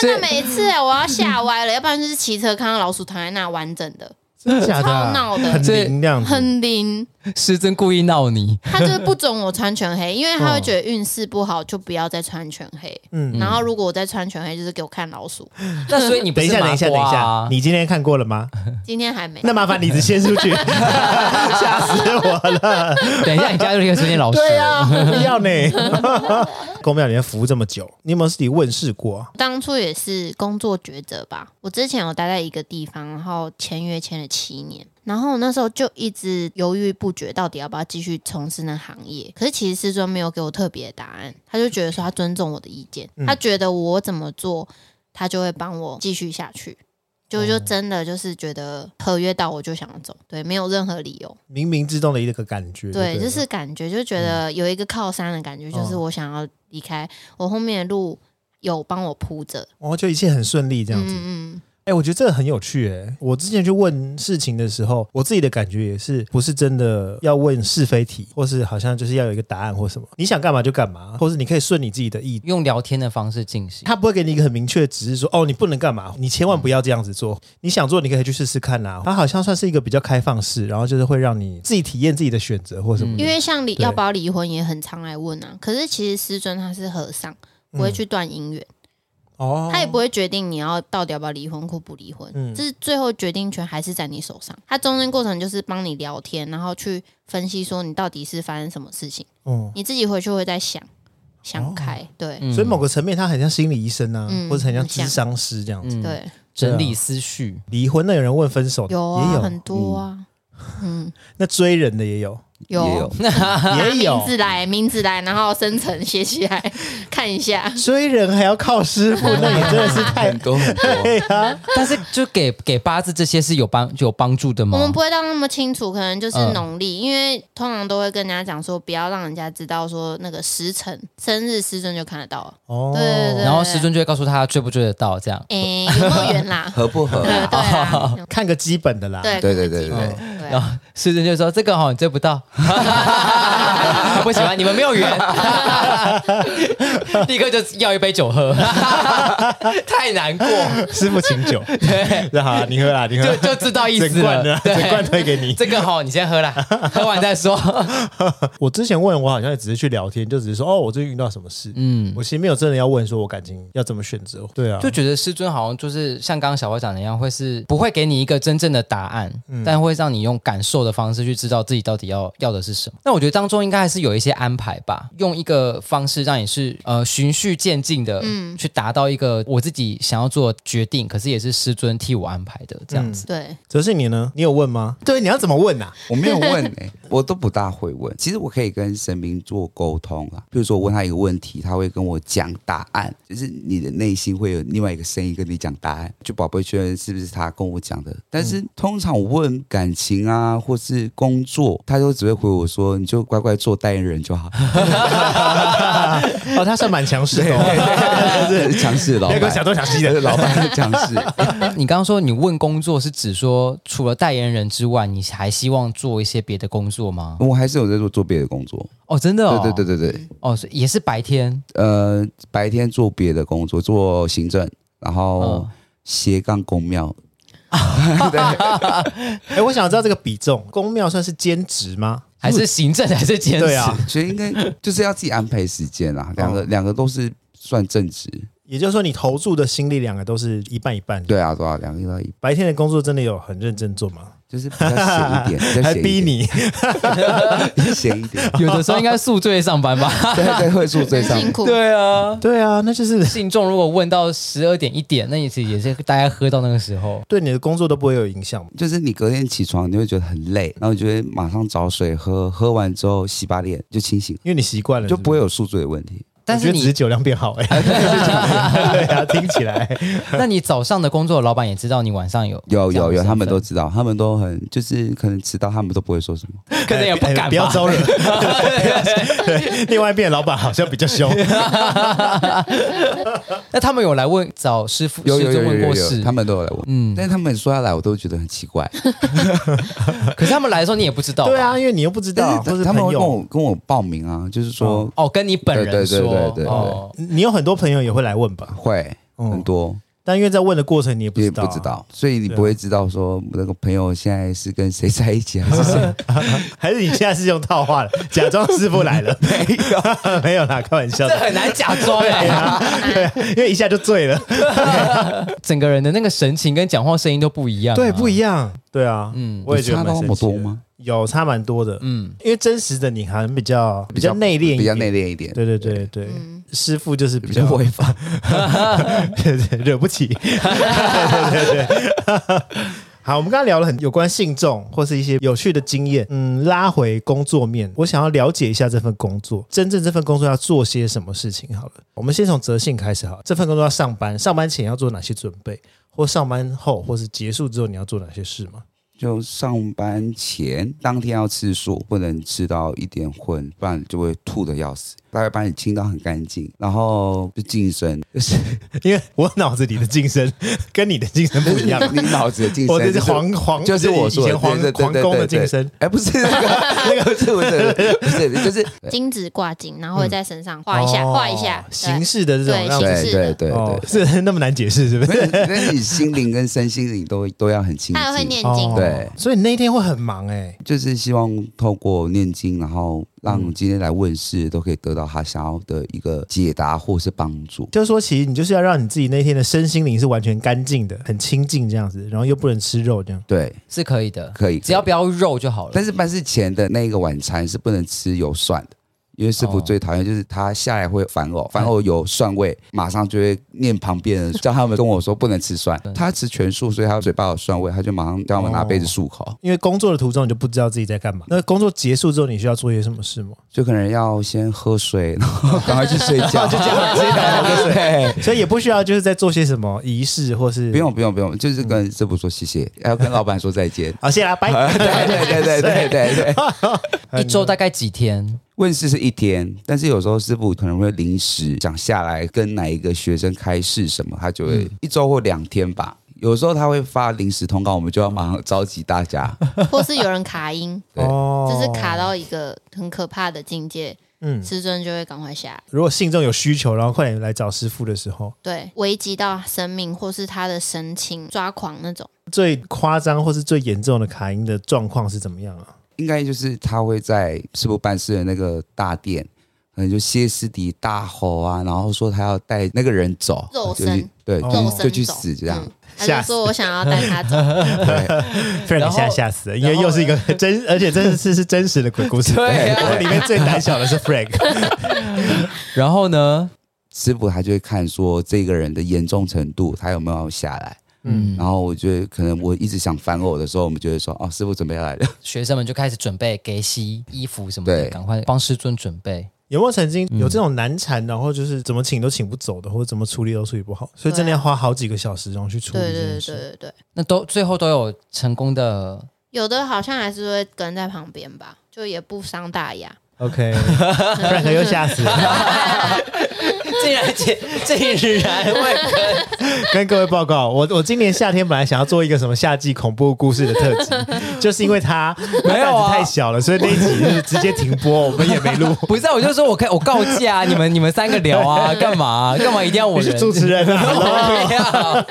S4: 真的每一次、哎我要吓歪了，要不然就是骑车看到老鼠躺在那完整的，
S1: 真的假的
S4: 超
S1: 啊？
S4: 闹的
S1: 很灵这样子，
S4: 很灵。
S2: 师尊故意闹你，
S4: 他就是不准我穿全黑，因为他会觉得运势不好，就不要再穿全黑。
S1: 嗯
S4: 嗯，然后如果我再穿全黑，就是给我看老鼠。
S2: 那所以你不
S1: 等一
S2: 是
S1: 下，等
S2: 麻瓜、啊、
S1: 一下，等一下，你今天看过了吗？
S4: 今天还没，
S1: 那麻烦你直先出 去，吓死我了！
S2: 等一下，你家就可以出现老师。
S1: 对啊，不要呢。 公庙里面服务这么久，你有没有自己问世过啊？
S4: 当初也是工作抉择吧。我之前有待在一个地方，然后签约签了七年，然后我那时候就一直犹豫不决，到底要不要继续从事那行业。可是其实师尊没有给我特别的答案，他就觉得说他尊重我的意见，他觉得我怎么做，他就会帮我继续下去。就就真的就是觉得合约到我就想要走，对，没有任何理由，
S1: 冥冥之中的一个感觉，
S4: 对，嗯哦
S1: 不
S4: 就是感觉就觉得有一个靠山的感觉，就是我想要离开，我后面的路有帮我铺着，
S1: 哦，就一切很顺利这样子。
S4: 嗯嗯，
S1: 哎、我觉得这个很有趣哎、我之前去问事情的时候，我自己的感觉也是，不是真的要问是非题，或是好像就是要有一个答案或什么，你想干嘛就干嘛，或是你可以顺你自己的意。
S2: 用聊天的方式进行。
S1: 他不会给你一个很明确的指示说，哦，你不能干嘛，你千万不要这样子做。你想做，你可以去试试看啦、他好像算是一个比较开放式，然后就是会让你自己体验自己的选择或什么的。
S4: 嗯因为像离
S1: 嗯对
S4: 要不要离婚也很常来问啊，可是其实师尊他是和尚，不会去断姻缘，
S1: 嗯哦，
S4: 他也不会决定你要到底要不要离婚或不离婚，
S1: 嗯
S4: 这是最后决定权还是在你手上。他中间过程就是帮你聊天，然后去分析说你到底是发生什么事情，
S1: 嗯，
S4: 你自己回去会再想
S1: 哦
S4: 想开，对
S2: 嗯
S1: 所以某个层面，他很像心理医生啊，
S4: 嗯
S1: 或者很像
S4: 很像
S1: 智商师这样子。
S2: 嗯，
S4: 对，
S2: 整
S1: 啊
S2: 理思绪。
S1: 离婚的有人问分手的，
S4: 有
S1: 也
S4: 啊，
S1: 有
S4: 很多啊，嗯，
S1: 那追人的也 有，
S3: 也
S4: 有
S3: 有。
S1: 也
S4: 拿
S1: 有
S4: 名字来，名字来，然后生成写起来， 看一下。
S1: 追人还要靠师傅，那也真 的是太
S3: 很多很多，？
S1: 对啊。
S2: 但是就给给八字这些是有帮有帮助的吗？
S4: 我们不会到那么清楚，可能就是
S2: 嗯
S4: 农历，因为通常都会跟人家讲说，不要让人家知道说那个时辰、生日、时辰就看得到了。
S1: 哦，
S4: 对对对
S2: 然后师尊就会告诉他追不追得到这样。
S4: 诶、有没有缘啦
S3: 合 不合
S4: 对？对啊，
S1: 看个基本的啦。
S4: 对
S3: 对对对
S1: 嗯
S3: 对对，
S4: 对
S2: 然
S4: 啊，
S2: 后师尊就说：“这个哈、你追不到， 不喜欢你们没有缘。”立刻就要一杯酒喝， 太难过，
S1: 师傅请酒，那 好啦，啊你喝啦，你喝
S2: 就，就知道意
S1: 整
S2: 思
S1: 罐的
S2: 了。，
S1: 整罐推给你。
S2: 这个哈、你先喝啦，喝完再说。
S1: 我之前问我好像也只是去聊天，就只是说哦，我最近遇到什么事。
S2: 嗯，
S1: 我其实没有真的要问说我感情要怎么选择。对啊，
S2: 就觉得师尊好像就是像刚刚小花讲的一样，会是不会给你一个真正的
S3: 嗯
S2: 答案，但会让你用感受的方式去知道自己到底要要的是什么。那我觉得当中应该还是有有一些安排吧，用一个方式让你是呃循序渐进的，
S4: 嗯
S2: 去达到一个我自己想要做的决定，可是也是师尊替我安排的这
S3: 嗯
S2: 样子。
S4: 对，
S1: 则是你呢？你有问吗？对，你要怎么问啊？
S3: 我没有问哎、 我都不大会问。其实我可以跟神明做沟通啊，比如说我问他一个问题，他会跟我讲答案，就是你的内心会有另外一个声音跟你讲答案，就宝贝确认是不是他跟我讲的。但
S1: 嗯
S3: 是通常我问感情啊，或是工作，他都只会回我说，你就乖乖做代言人就 好，
S1: 哦，他算蛮强势的哦，
S3: 是强势老
S1: 不要跟我
S3: 板，
S1: 想东想西的。
S3: 老板是强 势。
S2: 你刚刚说你问工作是指说除了代言人之外，你还希望做一些别的工作吗？
S3: 我还是有在做做别的工作，
S2: 哦，真的、哦，
S3: 对对对对对，
S2: 哦，所以也是白天，
S3: 呃，白天做别的工作，做行政，然后
S2: 嗯
S3: 斜杠公庙。
S1: 哎，我想知道这个比重，公庙算是兼职吗？
S2: 还是行政，还是兼职？
S1: 对啊，
S3: 所以应该就是要自己安排时间
S1: 哦
S3: 啦，两个两个都是算正职，
S1: 也就是说，你投注的心力两个都是一半一半。，
S3: 对啊，对啊，两个到一，
S1: 白天的工作真的有很认真做吗？
S3: 就是比较闲 一点，比较
S1: 还
S3: 闲
S1: 逼
S3: 一点，
S1: 你？
S3: 闲一点，
S2: 有的时候应该宿醉上班吧？
S3: 对对，会宿醉上
S4: 辛苦，
S2: 对啊，
S1: 对啊，那就是
S2: 信众如果问到十二点一点，那也是也是大家喝到那个时 候。
S1: 对你的工作都不会有影响。
S3: 就是你隔天起床，你会觉得很累，然后你就会马上找水喝，喝完之后洗把脸就清醒，
S1: 因为你习惯了，
S3: 就不
S1: 会。
S3: 会有宿醉的问题。
S2: 但
S1: 我
S2: 是
S1: 觉得只是
S2: 你，
S1: 酒量变好哎、 对啊，听起来
S2: 那你早上的工作，老板也知道你晚上 有
S3: 有
S2: 这样
S3: 有
S2: 的
S3: 有，
S2: 身
S3: 他们
S2: 份
S3: 都知道，他们都很就是可能迟到，他们都不会说什么。
S2: 可能也不敢吧
S1: 哎不要 招惹。对，另外一边老板好像比较凶，
S2: 那他们有来问找师傅，
S3: 有
S2: 师
S3: 有有
S2: 尊
S3: 有
S2: 问过
S3: 有
S2: 事
S3: 有，，他们都有来问，
S2: 嗯
S3: 嗯，但是他们说要来，我都觉得很奇怪。
S2: 可是他们来的时候你也不知道。
S1: 对，啊，因为你又不知道，
S3: 但
S1: 或
S3: 是
S1: 是
S3: 他们
S1: 朋
S3: 会跟
S1: 友，
S3: 我跟我报名啊，就是说
S2: 哦，跟你本人
S3: 对对
S2: 说，
S3: 对对对对
S2: 哦，
S1: 你有很多朋友也会来问吧，
S3: 会
S1: 嗯
S3: 很多，
S1: 但因为在问的过程你也不
S3: 也
S1: 知道、啊
S3: 不知，道，所以你不会知道说那个朋友现在是跟谁在一起还啊是谁。
S1: 还是你现在是用套话了，假装师傅来 了，没有 没有啦，开玩笑
S2: 这
S1: 的，
S2: 很难假装哎、
S1: 对啊，因为一下就醉了，
S2: 整个人的那个神情跟讲话声音都不一样、啊
S1: 对，不一
S2: 样。
S1: 样，对啊，嗯
S2: 嗯，
S1: 我也觉得蛮
S3: 有差到那
S1: 神
S3: 么
S1: 奇的
S3: 多吗？
S1: 有差蛮多的，
S2: 嗯，
S1: 因为真实的你还比较比较内敛，
S3: 比较内敛一点。
S1: 对对对对，师傅就是比
S3: 比
S1: 较
S3: 较违法，
S1: 对对 惹不起。 对对对。好，我们刚刚聊了很有关信众或是一些有趣的经验，嗯，拉回工作面，我想要了解一下这份工作，真正这份工作要做些什么事情好了。我们先从哲信开始好了，这份工作要上班，上班前要做哪些准备，或上班后，或是结束之后你要做哪些事吗？
S3: 就上班前当天要吃素，不能吃到一点荤，不然就会吐的要死。大概把你清到很干净，然后就净身，就是
S1: 因为我脑子里的晋升 跟你的晋升不一样，
S3: 你脑子的净身。
S1: 我哦这是
S3: 就是
S1: 皇皇，
S3: 就是我
S1: 以
S3: 说的
S1: 前皇
S3: 对对对
S1: 皇
S3: 对
S1: 宫的
S3: 对对
S1: 晋升，
S3: 哎，不是 那个，那个不是不是不是， 就是
S4: 金子挂金，然后会在身上画一下，
S1: 哦
S4: 画一下，
S1: 形
S4: 对
S1: 式的这种
S4: 对
S1: 让
S4: 形
S1: 自己
S4: 式
S3: 对对对
S1: 哦
S3: 对，，
S1: 是 那么难解释，是不是？
S3: 所以所以你心灵跟身心灵都都要很清
S4: 他还会
S3: 净。
S4: 念经，
S3: 对
S1: 哦所以你那一天会很忙哎、
S3: 就是希望透过念经，然后
S1: 嗯
S3: 让今天来问世都可以得到他想要的一个解答或是帮助。
S1: 就是说，其实你就是要让你自己那天的身心灵是完全干净的、很清净这样子，然后又不能吃肉这样。
S3: 对，
S2: 是可以的，
S3: 可以。
S2: 只要不要肉就好了。
S3: 但是办事前的那个晚餐是不能吃有蒜的，因为师傅
S2: 哦
S3: 最讨厌就是他下来会反呕，反呕有蒜味，马上就会念旁边人，叫他们跟我说不能吃蒜。他吃全素，所以他嘴巴有蒜味，他就马上叫他们拿杯子漱口。
S1: 因为工作的途中你就不知道自己在干嘛。那工作结束之后，你需要做些什么事吗？
S3: 就可能要先喝水，然后赶快去睡觉，就这样
S1: 直接打
S3: 喝水。
S1: 所以也不需要就是在做些什么仪式或是。
S3: 不用不用不用，就是跟师傅说谢谢，还要跟老板说再见
S1: 好，哦谢啦，拜。
S3: 对 对对对对对对，
S2: 一周大概几天？
S3: 问世是一天，但是有时候师傅可能会临时想下来跟哪一个学生开示什么，他就会一周或两天吧。有时候他会发临时通告，我们就要马上召集大家。
S4: 或是有人卡音，
S3: 对
S1: 哦
S4: 就是卡。到一个很可怕的境界，
S1: 嗯，
S4: 师尊就会赶快下来。
S1: 如果信众有需求，然后快点来找师傅的时候，
S4: 对，危及到生命或是他的神情抓狂那种，
S1: 最夸张或是最严重的卡音的状况是怎么样啊？
S3: 应该就是他会在师傅办事的那个大殿，可能就歇斯底大吼啊，然后说他要带那个人走，
S4: 肉
S3: 就
S4: 身
S3: 去对，
S1: 哦
S3: 就
S4: 肉
S3: 去
S4: 身
S3: 就去
S4: 走
S3: 死这样。
S4: 嗯他
S1: 吓
S4: 就
S1: 死
S4: 说我想要带他走，
S3: 对，
S1: 不然你
S2: 然后
S1: 现在吓死了，因为
S2: 然后
S1: 又是一个真，而且这是是真实的鬼故事。
S2: 对啊
S1: 然后里面最胆小的是 Frank，
S2: 然后呢，
S3: 师傅他就会看说这个人的严重程度，他有没有下来。
S2: 嗯，
S3: 然后我觉得可能我一直想反偶的时候，我们就会说哦，师傅准备要来了。
S2: 学生们就开始准备给洗衣服什么的，
S3: 对
S2: 赶快帮师尊准备。
S1: 有没有曾经有这种难缠，然后就是怎么请都请不走的，或者怎么处理都处理不好，
S2: 啊
S1: 所以真的要花好几个小时然后去处理
S4: 对
S1: 这
S4: 对对
S1: 件事。
S4: 对对，
S2: 那都最后都有成功 的，
S4: 有的好像还是会跟在旁边吧，就也不伤大雅。
S1: OK，Frank 又吓死了。
S2: 竟然竟竟然会跟
S1: 跟各位报告，我我今年夏天本来想要做一个什么夏季恐怖故事的特 辑，就是因为他
S2: 没有啊
S1: 胆子太小了，所以那一集就是直接停播，我们也没录。
S2: 不是、啊，我就说我可以我告假、你们你们三个聊啊，干嘛啊、干嘛一定要 我
S1: 你是
S2: 人？
S1: 主持人啊。
S2: 对啊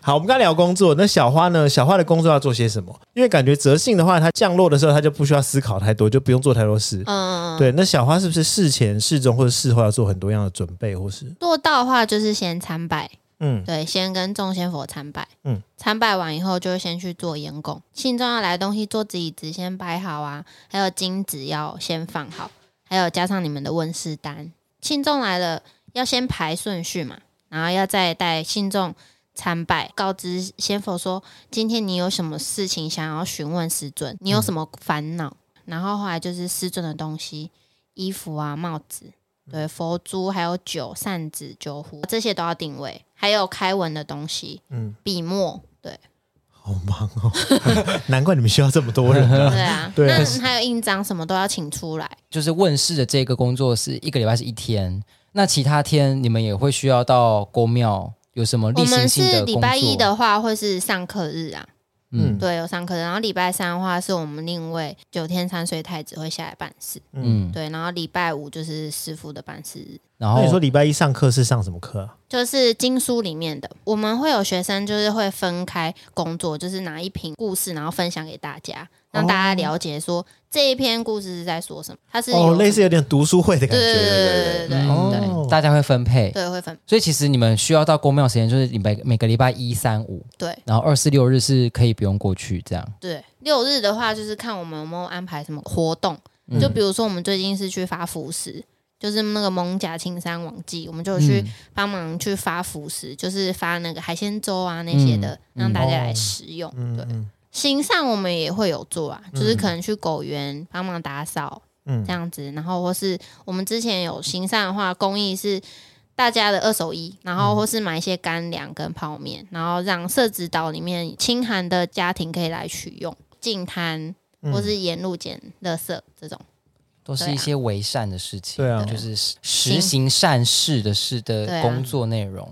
S1: 好，我们刚刚聊工作，那小花呢？小花的工作要做些什么？因为感觉哲信的话，他降落的时候他就不需要思考太多，就不用做太多事。
S4: 嗯，
S1: 对，那小花是不是事前、事中或者事后要做很多样的准备，或是
S4: 做到的话就是先参拜，
S1: 嗯
S4: 对，先跟众仙佛参拜，
S1: 嗯
S4: 嗯，参拜完以后就先去做烟供，信中要来的东西桌子椅子先摆好啊，还有金纸要先放好，还有加上你们的问事单，信众来了要先排顺序嘛，然后要再带信众参拜，告知仙佛说今天你有什么事情想要询问师尊，你有什么烦恼，然后后来就是师尊的东西，衣服啊、帽子。
S2: 嗯
S4: 对，佛珠还有酒、扇子、酒壶这些都要定位，还有开文的东西，
S1: 嗯，
S4: 笔墨， 对
S1: 好忙哦， 难怪你们需要这么多人啊。
S4: 对啊，
S1: 对啊
S4: 那还有印章什么都要请出来，
S2: 就是问世的这个工作是一个礼拜是一天，那其他天你们也会需要到公庙有什么
S4: 我
S2: 例行
S4: 们
S2: 性的
S4: 是
S2: 工作？
S4: 礼拜一的话会是上课日啊，
S1: 嗯
S4: 对，有上课日，然后礼拜三的话是我们另外九天三岁太子会下来办事，
S2: 嗯，
S4: 对，然后礼拜五就是师傅的办事日。
S2: 然
S1: 那
S2: 后
S1: 你说礼拜一上课是上什么
S4: 哦
S1: 课啊？
S4: 就是经书里面的，我们会有学生就是会分开工作，就是拿一篇故事，然后分享给大家，让大家了解说这一篇故事是在说什么。它是
S1: 哦，
S4: 有
S1: 类似有点读书会的感
S4: 对对
S1: 觉。
S4: 对对对对对对
S1: 哦
S2: 嗯大家会分配，
S4: 对会分
S2: 所以其实你们需要到公庙时间就是你每每个礼拜一、三、五，
S4: 对
S2: 然后二四六日是可以不用过去这样。
S4: 对。六日的话就是看我们有没有安排什么活动，
S1: 嗯
S4: 就比如说我们最近是去发福石。就是那个蒙甲青山网记，我们
S1: 嗯
S4: 就有去帮忙去发福食，就是发那个海鲜粥啊那些的，
S2: 嗯
S4: 让大家来食用。对，
S1: 嗯
S4: 行善我们也会有做啊，就是可能去狗园帮忙打扫
S1: 嗯
S4: 这样子，然后或是我们之前有行善的话，公益是大家的二手衣，然
S1: 嗯
S4: 后或是买一些干粮跟泡面，然后让社子岛里面清寒的家庭可以来取用，净滩
S1: 嗯
S4: 或是沿路捡垃圾这种。
S2: 都
S4: 啊
S2: 是一些为善的事情，
S1: 对啊
S2: 就是实实行善事的事
S4: 对
S2: 的
S4: 啊
S2: 工作内容。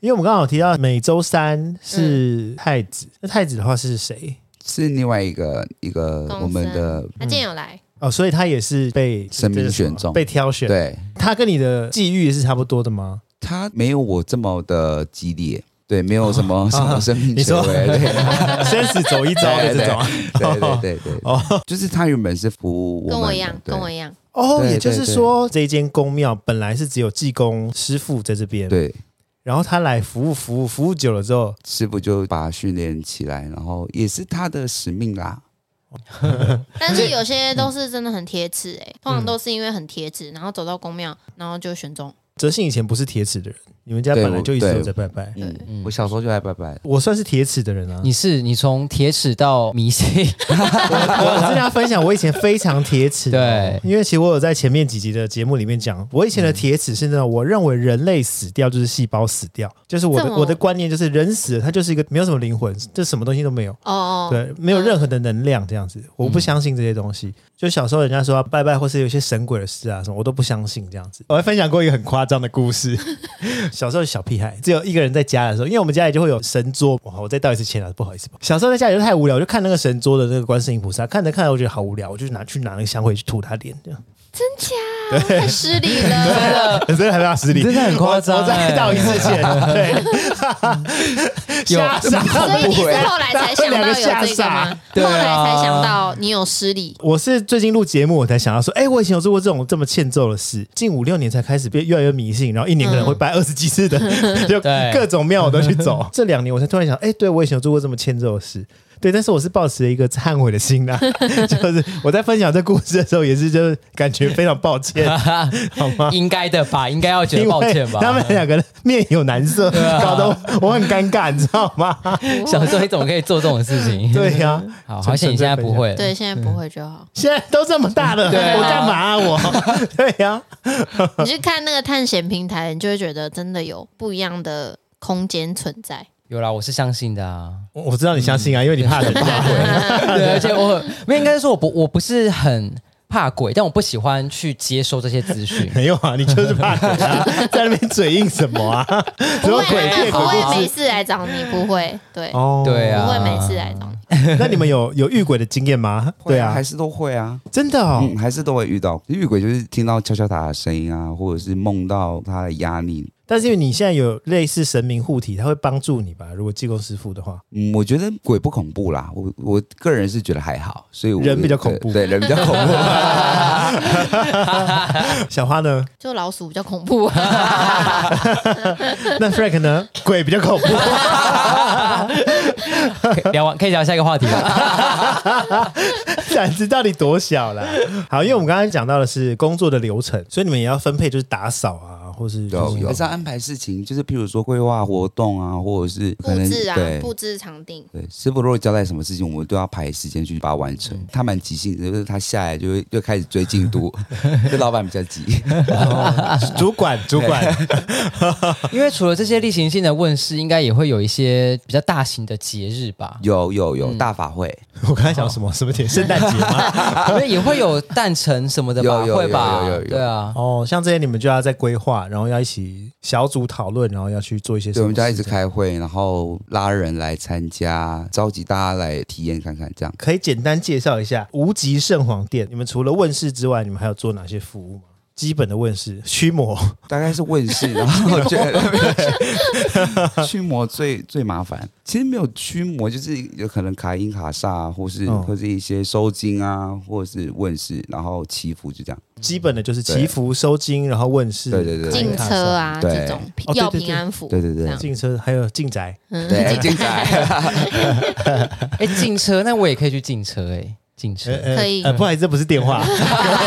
S1: 因为我们刚好有提到每周三
S4: 嗯
S1: 是太子，那太子的话是谁？
S3: 是另外一个一个
S4: 公司
S3: 我们的
S4: 他今天有来，
S1: 哦，所以他也是被
S3: 神明
S1: 这是什么
S3: 选中
S1: 被挑选。，
S3: 对，
S1: 他跟你的际遇是差不多的吗？
S3: 他没有我这么的激烈，对，没有什么 什么生命
S1: 哦你
S3: 垂
S1: 说
S3: 危，对
S1: 生死走一遭的这种啊。
S3: 对对对对，
S1: 哦
S3: 就是他原本是服务
S4: 跟
S3: 我
S4: 我
S3: 们
S4: 一样
S3: 的，对
S4: 跟我一样，
S1: 哦，
S3: 对
S1: 也就是
S3: 对对
S1: 说，这间公庙本来是只有济公师傅在这边，，
S3: 对。
S1: 然后他来服务服务服务久了之后，
S3: 师傅就把他训练起来，然后也是他的使命啦。
S4: 但是有些都是真的很贴齿哎，通常都是因为很贴齿，然后走到公庙，然后就选中。
S1: 哲信以前不是铁齿的人，你们家本来就一直有在拜拜。
S3: 嗯，我小时候就来拜拜了。
S1: 我算是铁齿的人啊，
S2: 你是你从铁齿到迷信，
S1: 我跟大家分享，我以前非常铁齿。
S2: 对
S1: 因为其实我有在前面几集的节目里面讲，我以前的铁齿是那种我认为人类死掉就是细胞死掉，就是我
S4: 这
S1: 的
S4: 么
S1: 我的观念就是人死了，它就是一个没有什么灵魂，这什么东西都没有。
S4: 哦哦，
S1: 对，没有任何的能量这样
S2: 嗯
S1: 子，我不相信这些东西。就小时候人家说要拜拜，或是有一些神鬼的事啊什么，我都不相信这样子。我还分享过一个很夸张的故 事，小时候小屁孩，只有一个人在家的时候，因为我们家里就会有神桌，哇我再倒一次钱啊，不好意思。小时候在家里就太无聊，我就看那个神桌的那个观世音菩萨，看着看着我觉得好无聊，我就拿去拿那个香灰去吐他脸，这样
S4: 啊太失礼了。
S1: 真的很大失礼，
S2: 呃真的很夸张
S1: 我我再
S2: 欸
S1: 倒一次钱，对，
S2: 有
S1: 吓傻
S4: 所以你是后来才想到有
S1: 吓
S4: 这个
S1: 傻
S4: 吗？？
S2: 对啊
S4: 后来才想到你有失礼，
S1: 我是最近录节目，我才想到说，哎、我以前有做过这种这么欠揍的事，近五六年才开始变越来越的迷信，然后一年可能会拜二十几 次的，就
S2: 对
S1: 各种庙我都去 走。这两年我才突然想，哎、对我以前有做过这么欠揍的事。对，但是我是抱持一个忏悔的心 啦、就是我在分享这故事的时候，也是就是感觉非常抱歉， 好吗？
S2: 应该的吧，应该要觉
S1: 因
S2: 得
S1: 为
S2: 抱歉吧。啊
S1: 他 们两个人面有难色，搞得我我很尴尬，你知道吗？
S2: 小时候你怎么可以做这种事 情？
S1: 对呀、
S2: 嗯好，好险你现在不会了。
S4: 对，现在不会就好。
S1: 现在都这么大了，
S2: 对啊
S1: 我干嘛啊、我？ 对呀、
S4: 你去看那个探险平台，你就会觉得真的有不一样的空间存在。
S2: 有啦，我是相信的啊。
S1: 我我知道你相
S3: 嗯
S1: 信啊，因为你怕很 怕鬼。。
S2: 对，而且我很没有应该是说我不我不是很怕鬼，但我不喜欢去接收这些资讯
S1: 没有啊，你就是怕鬼 啊，在那边嘴硬什么啊？什
S4: 不
S1: 么
S4: 会，啊
S1: 鬼
S4: 他
S1: 片
S4: 们不
S1: 鬼
S4: 会
S1: 故
S4: 没
S1: 事？
S4: 事来找你，不会，对，
S1: 哦
S2: 对
S4: 不
S2: 啊
S4: 会没事来找你。
S1: 那你们有有遇鬼的经验吗？对啊
S3: 还，是都会啊，
S1: 真的哦，
S3: 嗯，还是都会遇到遇鬼，就是听到敲敲打打的声音啊，或者是梦到他的压力。
S1: 但是因为你现在有类似神明护体，他会帮助你吧？如果济公师傅的话，
S3: 嗯，我觉得鬼不恐怖啦，我我个人是觉得还好，所以我
S1: 人比较恐怖
S3: 对，对人比较恐 怖。
S1: 小花呢？
S4: 就老鼠比较恐怖，啊
S1: 那 Frank 呢？鬼比较恐怖。
S2: 可以聊完可以聊下一个话题了。
S1: 胆子到底多小啦？好，因为我们刚才讲到的是工作的流程，所以你们也要分配，就是打扫啊，或是就
S3: 有
S1: 是
S3: 有还是要安排事情，就是譬如说规划活动啊，或者是可
S4: 布
S3: 能
S4: 置啊，
S3: 对
S4: 布置场地。
S3: 对，师傅如果交代什么事情，我们都要排时间去把它完成。他蛮急性的，就是他下来就会就开始追进度， 这老板比较急。，
S1: 主管主管，
S2: 因为除了这些例行性的问世，应该也会有一些比较大型的节日吧
S3: 有有
S1: 嗯
S3: 有、大法会，
S1: 我刚才想什么什么节？圣诞节吗？
S2: 因为也会有诞辰什么的吧，
S3: 有有
S2: 会吧
S3: 有有有有？
S2: 对啊，
S1: 哦，像这些你们就要在规划，然后要一起小组讨论，然后要去做一些什
S3: 对，
S1: 么。
S3: 我们就要一直。开会，然后拉人来参加，召集大家来体验看看，这样。
S1: 可以简单介绍一下无极圣皇殿，你们除了问世之外，你们还有做哪些服务吗？基本的问世、驱魔，
S3: 大概是问 世，然后我觉得 驱魔最最麻烦。其实没有驱魔，就是有可能卡音卡煞，啊或是、
S1: 嗯
S3: 或是一些收金啊，或者是问世，然后祈福就这样。
S1: 基本的就是祈福、收金，然后问世、
S3: 嗯对对对对
S4: 进车啊，
S3: 对
S4: 这种
S1: 哦对对
S4: 要
S1: 对
S4: 平安符，
S3: 对对对
S4: 这样
S1: 进车，还有进宅。
S4: 嗯
S3: 对，精彩。
S2: 哎，进车，那我也可以去进车哎，进车
S1: 呃，呃
S4: 可以
S1: 呃，不好意思，这不是电 话，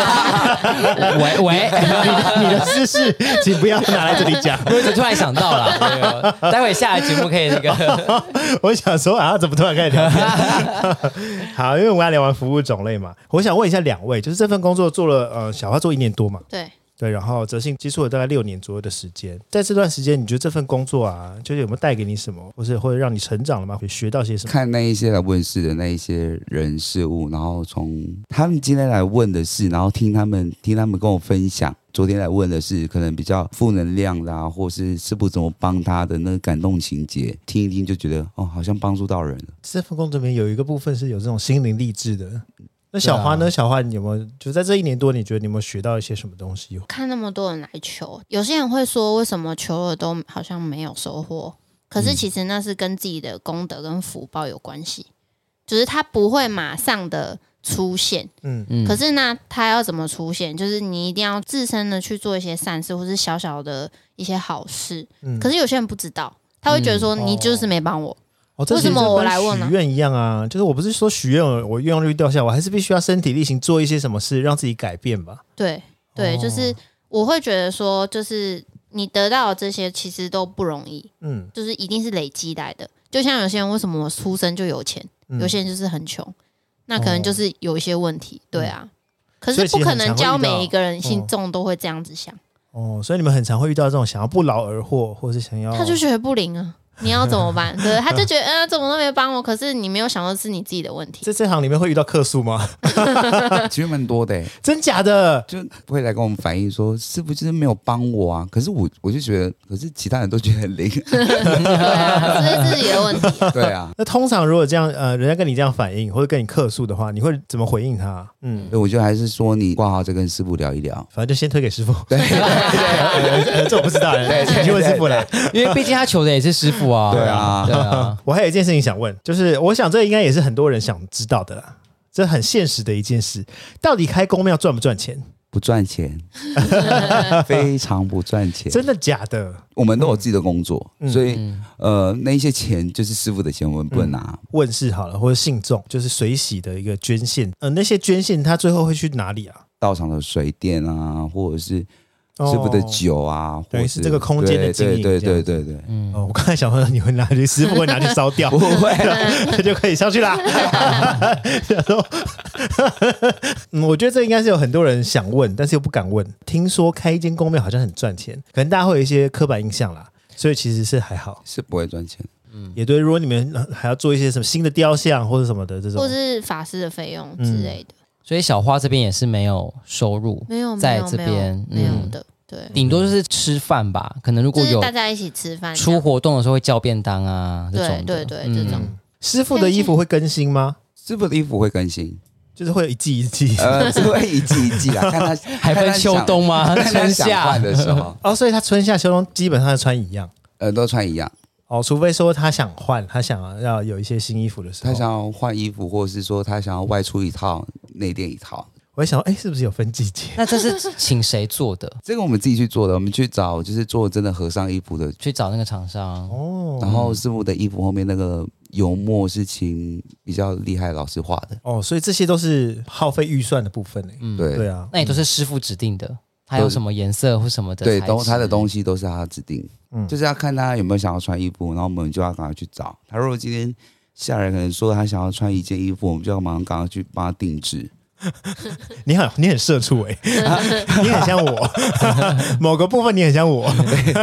S2: 呃喂喂，
S1: 你的私事，请不要拿来这里 讲。
S2: 我突然想到了，对待啊会下个节目可以那 个，
S1: 我想说啊，怎么突然开始聊 天？好，因为我们要聊完服务种类嘛，我想问一下两位，就是这份工作做了呃，小花做一年多嘛，
S4: 对，
S1: 对，然后哲信接触了大概六年左右的时间，在这段时间，你觉得这份工作啊，就是有没有带给你什么，或是或者让你成长了吗？会学到些什么？
S3: 看那一些来问事的那一些人事物，然后从他们今天来问的事，然后听他们听他们跟我分享，昨天来问的是可能比较负能量啦、或是师傅怎么帮他的那个感动情节，听一听就觉得哦，好像帮助到人了。
S1: 这份工作里面有一个部分是有这种心灵励志的。那小花呢？小花，你有没有就在这一年多，你觉得你有没有学到一些什么东西？哦
S4: 看那么多人来求，有些人会说，为什么求了都好像没有收获？可是其实那是跟自己的功德跟福报有关系，就是他不会马上的出现，
S1: 嗯，
S2: 嗯
S4: 可是呢，他要怎么出现？就是你一定要自身的去做一些善事，或是小小的一些好事。
S1: 嗯
S4: 可是有些人不知道，他会觉得说
S1: 嗯
S4: 你就是没帮我。
S1: 哦，这
S4: 为什
S1: 其实
S4: 么
S1: 就
S4: 我
S1: 跟
S4: 来问呢
S1: 许愿一样啊，就是我不是说许愿我愿望率掉下，我还是必须要身体力行做一些什么事，让自己改变吧。
S4: 对对，
S1: 哦
S4: 就是我会觉得说，就是你得到的这些其实都不容易，
S1: 嗯，
S4: 就是一定是累积来的。就像有些人为什么我出生就有钱，
S1: 嗯哦
S4: 有些人就是很穷，那可能就是有一些问题。对啊，可
S1: 嗯所
S4: 是
S1: 以其
S4: 不
S1: 实
S4: 可
S1: 很
S4: 能
S1: 常会
S4: 教
S1: 遇到
S4: 每一个人
S1: 嗯
S4: 信众都会这样子想，
S1: 哦，所以你们很常会遇到这种想要不劳而获，或是想要
S4: 他就学不灵啊。你要怎 么办？对，他就觉得，呃，怎么都没帮我。可是你没有想到是你自己的问题。
S1: 在这行里面会遇到客诉吗？
S3: 其实蛮多的、欸，
S1: 真假的？
S3: 就会来跟我们反映说师傅就是没有帮我啊。可是我我就觉得，可是其他人都觉得 很灵。
S4: 对啊，这是自己的问题。
S3: 对啊，
S1: 那通常如果这样，呃，人家跟你这样反应或者跟你客诉的话，你会怎么回应他？嗯，
S3: 所以我觉得还是说你挂号再跟师傅聊一聊。
S1: 反正就先推给师傅。对， 呃这我不知道，你去问师傅来。
S2: 因为毕竟他求的也是师傅啊。
S3: 对啊
S2: 对啊，
S1: 我还有一件事情想问，就是我想这应该也是很多人想知道的啦，这很现实的一件事，到底开公庙赚不赚钱？
S3: 不 赚钱，非常不赚钱。
S1: 真的假的？
S3: 我们都有自己的工作，
S1: 嗯
S3: 所以呃，那一些钱就是师傅的钱，我们不能拿。
S1: 问世好了，或者信众，就是水洗的一个捐献。呃，那些捐献他最后会去哪里啊？
S3: 道场的水电啊，或者是
S1: 哦
S3: 师傅的酒啊，或
S1: 等于
S3: 者
S1: 是这个空间的经营
S3: 对
S1: 这
S3: 对
S1: 样
S3: 对对对，
S1: 哦，我刚才想说你会拿去，师傅会拿去烧 掉，
S3: 不会。
S1: 就可以上去啦。想说嗯， 我觉得这应该是有很多人想问，但是又不敢问。听说开一间公庙好像很赚钱，可能大家会有一些刻板印象啦，所以其实是还好。
S3: 是不会赚钱的。
S1: 也对，如果你们呃还要做一些什么新的雕像或者什么的这种
S4: 或，是法师的费用之类的，
S2: 所以小花这边也是没有收
S1: 嗯
S2: 入，
S4: 没有，
S2: 在
S4: 没有
S2: 这边
S4: 没有没有
S2: 嗯
S4: 的，对，
S2: 顶多就是吃饭吧。可能如果
S4: 就是
S2: 有
S4: 大家一起吃饭这
S2: 出
S4: 样，
S2: 活动的时候会叫便当啊，这
S4: 对
S2: 种的
S4: 对对，这种
S1: 嗯师傅的衣服会更新吗？
S3: 师傅的衣服会更新，
S1: 就是会有一季一季。
S3: 呃，是会一季一季啦，看他
S2: 还分秋冬吗？
S3: 看 他想看他
S2: 春
S3: 想
S2: 夏
S3: 换的 时候，
S1: 哦，所以他春夏秋冬基本上穿一样
S3: 呃，都穿一样。
S1: 哦，除非说他想换，他想要有一些新衣服的
S2: 哦
S1: 时候，
S3: 他想要换衣服，或者是说他想要外出一套，内店一套。
S1: 我会想说，哎，是不是有分季节？
S2: 那这是请谁做的？
S3: 这个我们自己去做的，我们去找就是做真的和尚衣服的，
S2: 去找那个厂商，
S1: 哦
S3: 然后师傅的衣服后面那个油墨是请比较厉害的老师画的。
S1: 哦，所以这些都是耗费预算的部分诶。
S2: 嗯，
S3: 对
S1: 对啊，
S2: 那也都是师傅指定的，他有什么颜色或什么的材
S3: 对，
S2: 质，
S3: 都他的东西都是他指定，
S1: 嗯
S3: 就是要看他有没有想要穿衣服，然后我们就要赶快去找他。如果今天下来可能说他想要穿一件衣服，我们就要马上赶快去帮他定制。
S1: 你很你很社畜哎、你很像我，某个部分你很像我，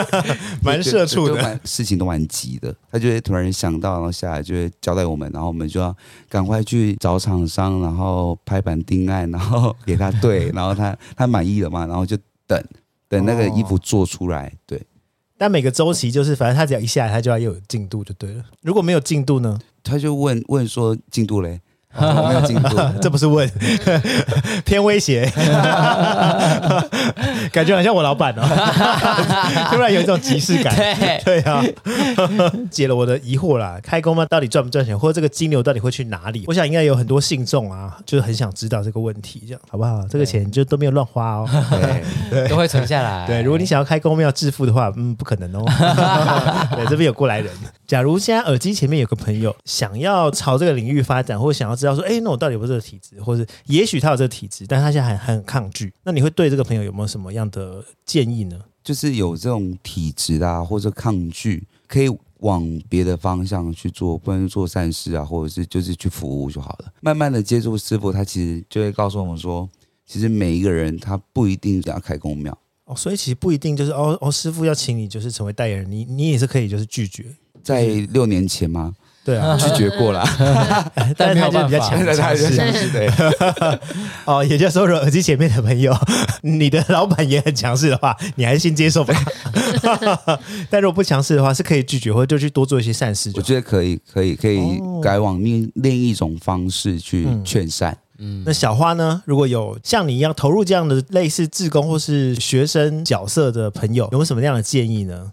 S1: 蛮社畜
S3: 就就
S1: 的。
S3: 蛮事情都蛮急的。他就会突然想到，然后下来就会交代我们，然后我们就要赶快去找厂商，然后拍板定案，然后给他对，然后他他满意了嘛，然后就等等那个衣
S1: 哦
S3: 服做出来，对。
S1: 但每个周期就是，反正他只要一下来，他就要有进度就对了。如果没有进度呢？
S3: 他就问问说进度嘞，哦没有进度，
S1: 这不是问，偏威胁， 感觉很像我老板哦， 突然有一种即视感。
S2: 对，
S1: 对啊， 解了我的疑惑啦。开工吗？到底赚不赚钱，或者这个金流到底会去哪里？我想应该有很多信众啊，就是很想知道这个问题，这样好不好？这个钱就都没有乱花哦。
S3: 对，
S2: 都会存下 来。
S1: 对，如果你想要开公庙致富的话，嗯，不可能 哦。对，这边有过来人。假如现在耳机前面有个朋友想要朝这个领域发展，或者想要知道说，哎，那我到底有没有这个体质，或是也许他有这个体质，但他现在还很抗拒，那你会对这个朋友有没有什么样的建议呢？
S3: 就是有这种体质啊，或者抗拒，可以往别的方向去做，不然就做善事啊，或者是就是去服务就好了。慢慢的接触师傅，他其实就会告诉我们说，其实每一个人他不一定要开公庙，
S1: 哦，所以其实不一定就是哦哦，师傅要请你就是成为代言人，你你也是可以就是拒绝，
S3: 在六年前嘛
S1: 对 啊，
S3: 拒绝过了，
S1: 但
S2: 但
S1: 是
S2: 没
S1: 他
S2: 有
S1: 就是
S2: 办
S1: 比较
S2: 法
S1: 强，
S3: 那他
S1: 强
S3: 就
S1: 势
S3: 想是对，
S1: 哦，也就是说，如果耳机前面的朋友，你的老板也很强势的话，你还是先接受吧。 但如果不强势的话，是可以拒绝，或者就去多做一些善事就
S3: 我
S1: 好。
S3: 觉得可以，可以，可以
S1: 哦
S3: 改往另另一种方式去
S1: 嗯
S3: 劝善。
S1: 那小花呢？如果有像你一样投入这样的类似志工或是学生角色的朋友，有没有什么样的建议呢？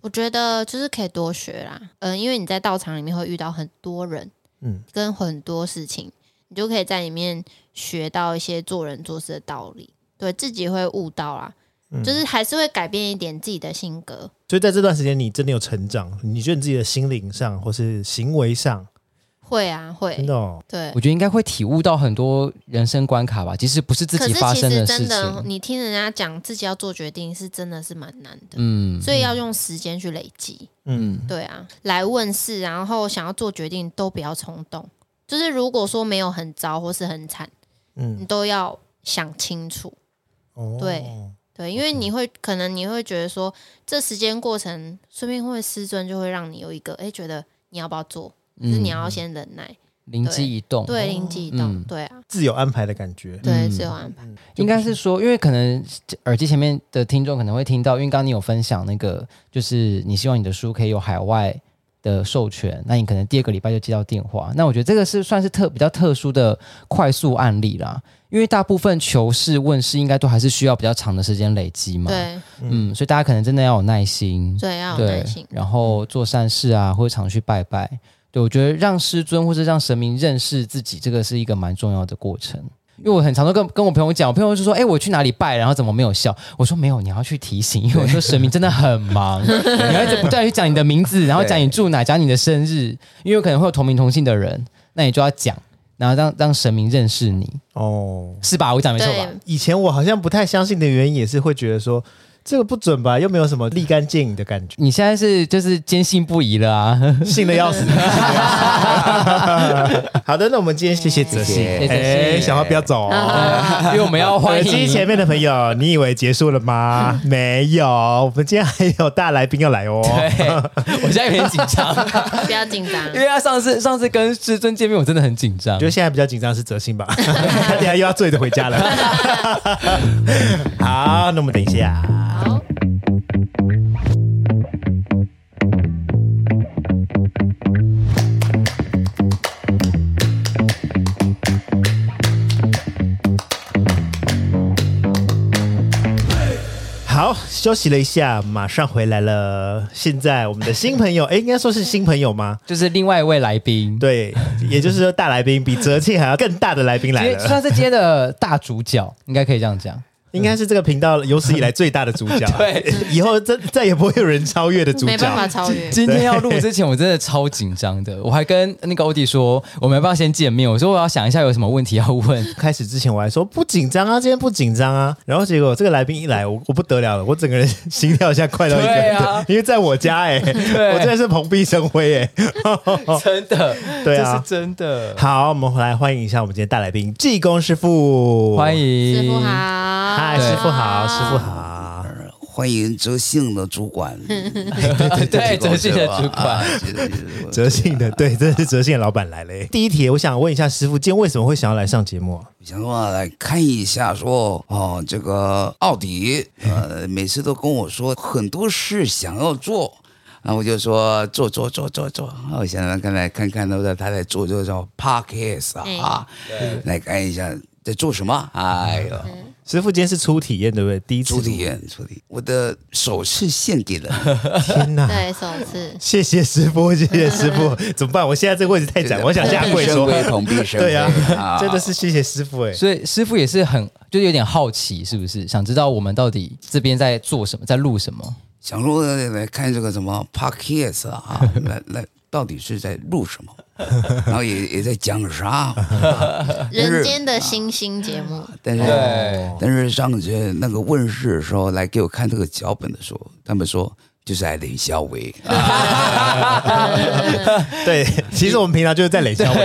S4: 我觉得就是可以多学啦，嗯、因为你在道场里面会遇到很多人，
S1: 嗯
S4: 嗯，跟很多事情，你就可以在里面学到一些做人做事的道理，对自己会悟到啦，
S2: 嗯
S4: 就是还是会改变一点自己的性格。
S1: 嗯所以在这段时间，你真的有成长？你觉得你自己的心灵上或是行为上，
S4: 会啊，
S1: 真
S4: 会，
S1: 的、哦、
S4: 对。
S2: 嗯我觉得应该会体悟到很多人生关卡吧，即使不是自
S4: 可
S2: 己
S4: 是
S2: 发
S4: 其
S2: 生
S4: 实
S2: 事
S4: 真的，
S2: 情。
S4: 你听人家讲自己要做决定是真的是蛮难的，
S2: 嗯，
S4: 所以要用时间去累积。
S1: 嗯，
S4: 对啊，来问事，然后想要做决定都不要冲动。就是如果说没有很糟或是很惨，
S1: 嗯
S4: 你都要想清楚。
S1: 哦
S4: 对对，因为你会可能你会觉得说，这时间过程，顺便会师尊就会让你有一个哎，诶觉得你要不要做，就是
S1: 嗯
S4: 你要先忍耐，
S2: 嗯灵机一
S1: 哦
S2: 动，
S4: 对，灵机一动
S2: 嗯，
S4: 对啊，
S1: 自有安排的感觉。
S4: 对，
S2: 嗯
S4: 自由安排，
S2: 应该是说，因为可能耳机前面的听众可能会听到，因为刚刚你有分享那个，就是你希望你的书可以有海外的授权，那你可能第二个礼拜就接到电话。那我觉得这个是算是特比较特殊的快速案例啦，因为大部分求事问世应该都还是需要比较长的时间累积嘛。，
S4: 对
S2: 嗯，所以大家可能真的要有耐心，
S4: 对，要有
S2: 对
S4: 耐心，，
S2: 然后做善事啊，或者常去拜拜。对，我觉得让师尊或者让神明认识自己，这个是一个蛮重要的过程。因为我很常都跟跟我朋友讲，我朋友就说：“哎、我去哪里拜，然后怎么没有效？”我说：“没有，你要去 提醒，因为我说神明真的很忙，你要一直不断地去讲你的名字，然后讲你住哪，讲你的生日，因为有可能会有同名同姓的人，那你就要讲，然后让让神明认识你，
S1: 哦，
S2: 是吧？我讲没错吧？，
S4: 对
S1: 以前我好像不太相信的原因，也是会觉得说这个不准吧，又没有什么立竿见影的感觉
S2: 你现在是就是坚信不疑了 啊！
S1: 信的要死。好的，那我们今天谢谢泽信，
S3: 谢
S2: 谢
S1: 哎
S2: 谢啊
S1: 小花不要走哦。
S2: 因为我们要欢
S1: 耳机
S2: 迎
S1: 前面的朋友，你以为结束了吗？没有，我们今天还有大来宾要来哦。
S2: 对， 我现在有点紧张，
S4: 不要紧张
S2: 因。为他上次上次跟师尊见面，我真的很紧张
S1: 我觉。得现在比较紧张是哲信吧， 他等一下又要醉着回家了。 好，那我们等一下。
S4: 好，
S1: 好，休息了一下，马上回来了。现在我们的新朋友，哎，应该说是新朋友吗？
S2: 就是另外一位来宾，
S1: 对，也就是说大来宾比泽庆还要更大的来宾来
S2: 接
S1: 了，
S2: 算是接的大主角，应该可以这样讲。
S1: 应该是这个频道有史以来最大的主 角。
S2: 对，
S1: 以后再再也不会有人超越的主角。
S4: 没办法超 越。
S2: 今天要录之前，我真的超紧张的，我还跟那个欧弟说，我们要不要先见面？我说我要想一下有什么问题要问。
S1: 开始之前我还说不紧张啊，今天不紧张啊，然后结果这个来宾一来，我我不得了了，我整个人心跳一下快到一
S2: 对
S1: 个，
S2: 啊
S1: 因为在我家哎、
S2: 对
S1: 我真的是蓬荜生辉哎、
S2: 真 的，
S1: 对啊
S2: 这是真的。
S1: 好，我们回来欢迎一下我们今天大来宾济公师傅，
S2: 欢。迎
S4: 师傅，好，
S1: 嗨，
S2: 对
S1: 师傅好，师傅好，
S3: 欢迎哲信的主管，
S2: 对，哲信的主管。
S1: 哲信 的，对，真的是哲信的老板来了、哎 第一题，我想问一下师傅，今天为什么会想要来上节目啊、
S3: 我想说来看一下说，哦，这个奥迪，呃，每次都跟我说很多事想要做，然后我就说做做做做做。啊我想刚才看看到他在做这种 podcast 啊，来看一下在做什么。哎呦，
S1: 师傅今天是初体验，对不对？第一次
S3: 初体，验，初体验，我的首次献 给了
S1: 天哪！
S4: 对，首 次
S1: 谢谢师傅，谢谢师傅，怎么办？我现在这个位置太窄，我想下跪说。
S3: 同必生
S1: 对呀、
S3: 啊
S1: 真的是谢谢师傅哎、
S2: 所以师傅也是很，就是有点好奇，是不是想知道我们到底这边在做什么，在录什么？
S3: 想说呃来看这个什么 podcast 啊， 来来，到底是在录什么？然后也也在讲啥？
S4: 人间
S1: 啊
S4: 的星星节目，
S3: 但是但是上次那个问世的时候来给我看这个脚本的时候，他们说就是在林小伟，啊
S1: 对，其实我们平常就是在垒小伟，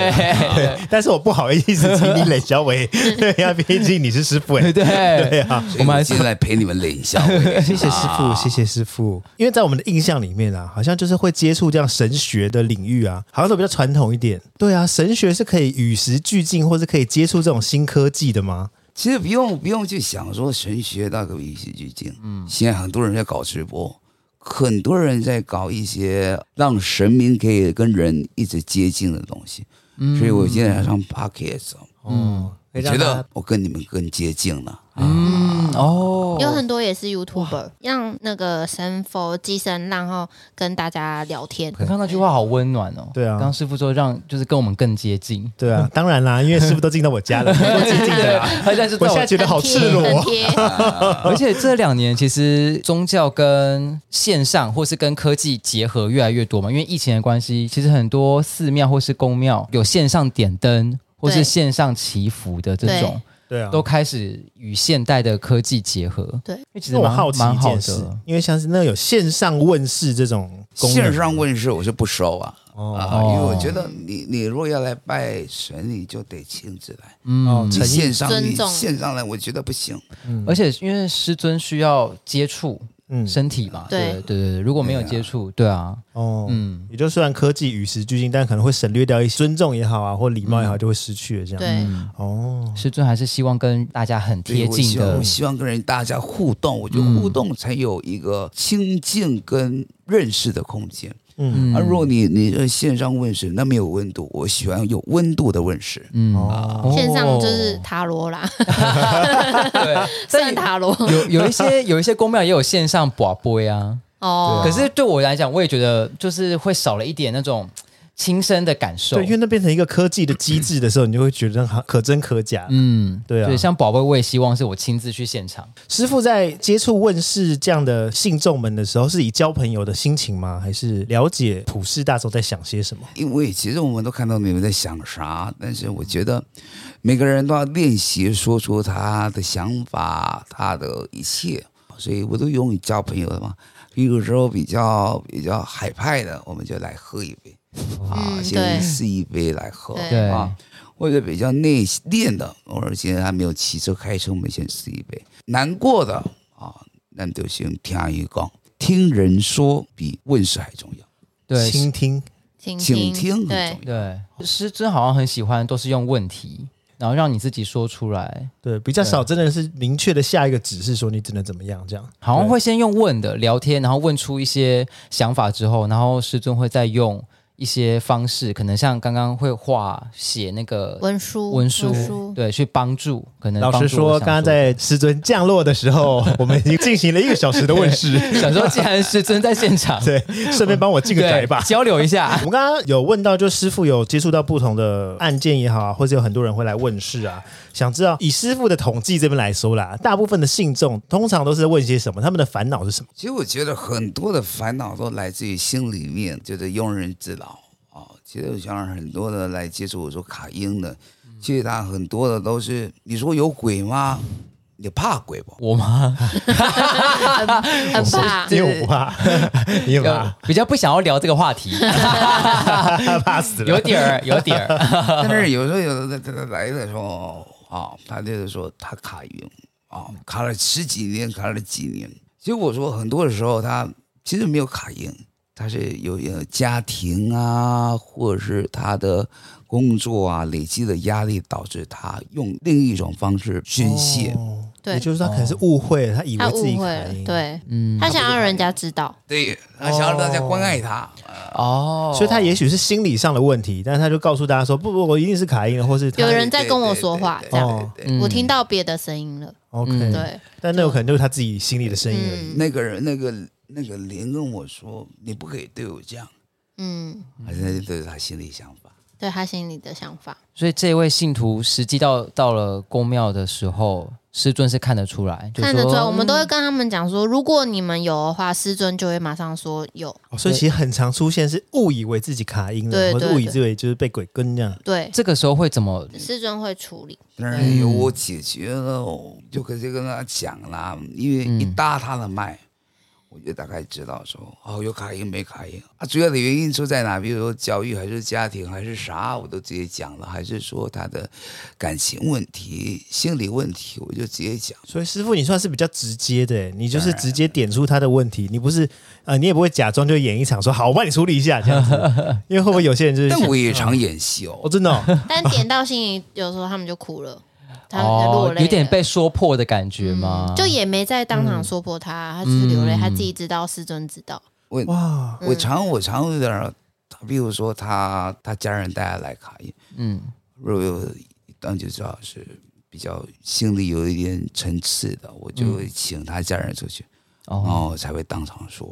S1: 对 但是我不好意思请你垒小伟， 对呀、毕竟你是师傅哎、
S2: 对 对
S1: 啊
S3: 所 以
S2: 我们还
S3: 今天来陪你们林小 伟。
S1: 谢谢师
S3: 啊
S1: 傅，谢谢师傅。因为在我们的印象里面啊，好像就是会接触这样神学的领域啊，好像都比较传统一点。对啊，神学是可以与时俱进，或是可以接触这种新科技的吗？
S3: 其实不用不用去想说神学那个与时俱进，嗯，现在很多人在搞直播，很多人在搞一些让神明可以跟人一直接近的东西，
S2: 嗯
S3: 所以我现在上 podcast，
S1: 嗯，
S2: 哦
S3: 我觉得我跟你们更接近了。
S2: 嗯，哦，
S4: 有很多也是 YouTuber，让那个神佛寄生，然后跟大家聊天。
S2: 刚刚那句话好温暖哦。
S1: 对啊
S2: 刚刚师傅说让就是跟我们更接近，
S1: 对啊，当然啦，因为师傅都进到我 家了，我接近的啦。
S2: 啊他现在是
S1: 啊我
S2: 在
S1: 现 在觉得好赤裸
S4: 很贴，很贴
S2: 而且这两年其实宗教跟线上或是跟科技结合越来越多嘛，因为疫情的关系，其实很多寺庙或是宫庙有线上点灯或是
S4: 对
S2: 线上祈福的这种，
S1: 对啊，
S2: 都开始与现代的科技结合。
S4: 对
S2: 因为其实
S1: 那我
S2: 蛮
S1: 好奇
S2: 蛮
S1: 一
S2: 好
S1: 件事
S2: 的，。
S1: 因为像是那有线上问世这种功能，
S3: 线上问世我是不收啊，
S1: 哦
S3: 啊，因为我觉得你你如果要来拜神，你就得亲自来。
S1: 哦
S2: 嗯，
S3: 你
S1: 诚意
S3: 线上
S4: 尊
S3: 你
S4: 重
S3: 线上来，我觉得不行。
S2: 而且因为师尊需要接触
S1: 嗯
S2: 身体嘛，
S4: 对
S2: 对对对，如果没有接触，对啊，
S1: 哦，嗯，也就虽然科技与时俱进，但可能会省略掉一些尊重也好啊，或礼貌也
S2: 嗯
S1: 好，就会失去了这样。
S4: 对，
S1: 哦，
S2: 师尊还是希望跟大家很
S3: 对
S2: 贴
S3: 我
S2: 近
S3: 希望
S2: 的
S3: 我，希望跟人大家互动，我觉得互动才有一个亲近跟认识的空间。
S1: 嗯，
S3: 而啊如果你你是线上问世，那没有温度，我喜欢有温度的问世。
S2: 嗯
S1: 哦
S4: 线上就是塔罗啦，
S2: 哦对，
S4: 算塔罗
S2: 有有一些 有一些宫庙也有线上卜龟啊，
S4: 哦。
S2: 可是对我来讲，我也觉得就是会少了一点那种亲身的感受。
S1: 对，因为那变成一个科技的机制的时候，你就会觉得好可真可假。
S2: 嗯，
S1: 对啊
S2: 对，像宝贝，我也希望是我亲自去现场。
S1: 师傅在接触问世这样的信众们的时候，是以交朋友的心情吗？还是了解普世大众在想些什么？
S3: 因为其实我们都看到你们在想啥，但是我觉得每个人都要练习说出他的想法，他的一切，所以我都勇于交朋友的嘛。有时候比较比较海派的，我们就来喝一杯啊，
S4: 嗯
S3: 先
S4: 对
S3: 试一杯来喝
S4: 对
S2: 对
S3: 啊。或者比较内练的，而且还没有骑车开车，我们先试一杯。难过的啊，那就是用听语讲，听人说比问事还重要，
S2: 对，
S1: 倾听。
S4: 倾
S3: 请听很重
S4: 嗯对
S3: 要。
S2: 对，师尊好像很喜欢都是用问题，然后让你自己说出来，
S1: 对，比较少，真的是明确的下一个指示说你只能怎么样这样。
S2: 好像会先用问的聊天，然后问出一些想法之后，然后师尊会再用一些方式，可能像刚刚会画写那个
S4: 文书
S2: 文书， 对，去帮助可能
S1: 老
S2: 帮
S1: 实
S2: 助我
S1: 说，
S2: 想
S1: 刚刚 在师尊降落的时候， 我们已经进行了一个小时的问世，，
S2: 想说，既然师尊在现场
S1: 对，顺便帮我进个宅
S2: 对
S1: 吧。
S2: 交流一下
S1: 我。们刚刚有问到，就师傅有接触到不同的案件也好啊，或者有很多人会来问事啊，想知道以师傅的统计这边来说啦，大部分的信众通常都是在问些什么，他们的烦恼是什么？
S3: 其实我觉得很多的烦恼都来自于心里面，就是庸人自扰啊。其实我像很多的来接触我说卡因的，其实他很多的都是你说有鬼吗？你怕鬼不？
S2: 我吗？
S4: 很怕
S1: 你。有怕？ 你有怕？
S2: 比较不想要聊这个 话题，
S1: 怕死了
S2: 有。点儿，有点儿。
S3: 但是有时候有的他来的时候啊，他就是说他卡晕啊，卡了十几年，卡了几年。其实我说很多的时候他其实没有卡晕，他是有有家庭啊，或者是他的工作啊累积的压力导致他用另一种方式宣泄。
S1: 哦
S4: 对
S1: 也就是他可能是误会了，他以
S4: 他
S1: 为自己
S4: 误会
S1: 凯
S4: 了
S1: 因，，
S4: 对
S2: 嗯，
S4: 他想让人家知道，
S3: 对，他想要大家关爱他。
S2: 哦，
S1: 所以他也许是心理上的问题，但是他就告诉大家说，不不，我一定是卡因了，或是他
S4: 有人在跟我说话，
S3: 对
S4: 这
S3: 对
S4: 样
S1: 哦
S3: 对对
S2: 嗯
S4: 我听到别的声音了。
S1: OK，
S4: 对，
S1: 但那有可能就是他自己心里的声音而已。
S4: 嗯
S3: 那个人，那个那个林跟我说，你不可以对我这样，
S4: 嗯，
S3: 好像这是他心里想法。
S4: 对他心里的想法，
S2: 所以这位信徒实际到到了宫庙的时候，师尊是看得出来，就
S4: 看得
S2: 说
S4: 出来，我们都会跟他们讲说，如果你们有的话，师尊就会马上说有。
S1: 哦所以其实很常出现是误以为自己卡音了，
S4: 对
S1: 或者
S4: 对
S1: 误以
S4: 对
S1: 为就是被鬼跟这样。
S4: 对，
S2: 这个时候会怎么？
S4: 师尊会处理。
S3: 但
S1: 哎
S3: 是由我解决了，我就可以跟他讲啦，因为一
S1: 嗯
S3: 搭他的脉，我就大概知道说哦有卡因没卡因啊，主要的原因出在哪？比如说教育还是家庭还是啥，我都直接讲了，还是说他的感情问题、心理问题，我就直接讲。
S1: 所以师傅，你算是比较直接的欸，你就是直接点出他的问题，你不是呃，你也不会假装就演一场说好，我帮你处理一下这样子， 因为会不会有些人就是
S3: 但我也常演戏
S1: 哦，
S3: 哦，
S1: 真的哦、
S4: 但点到心里，有时候他们就哭 了，他们就
S2: 哦
S4: 落泪，了，嗯
S2: 有点被说破的感觉吗？嗯
S4: 就也没在当场说破他，他只是流泪，他自己知道，师尊知道。
S3: 我
S1: 哇，
S3: 我常我常有点儿，比如说他他家人带他来卡因，
S2: 嗯，
S3: 如果当就知道是比较心里有一点层次的，我就会请他家人出去，然
S2: 哦，
S3: 后才会当场说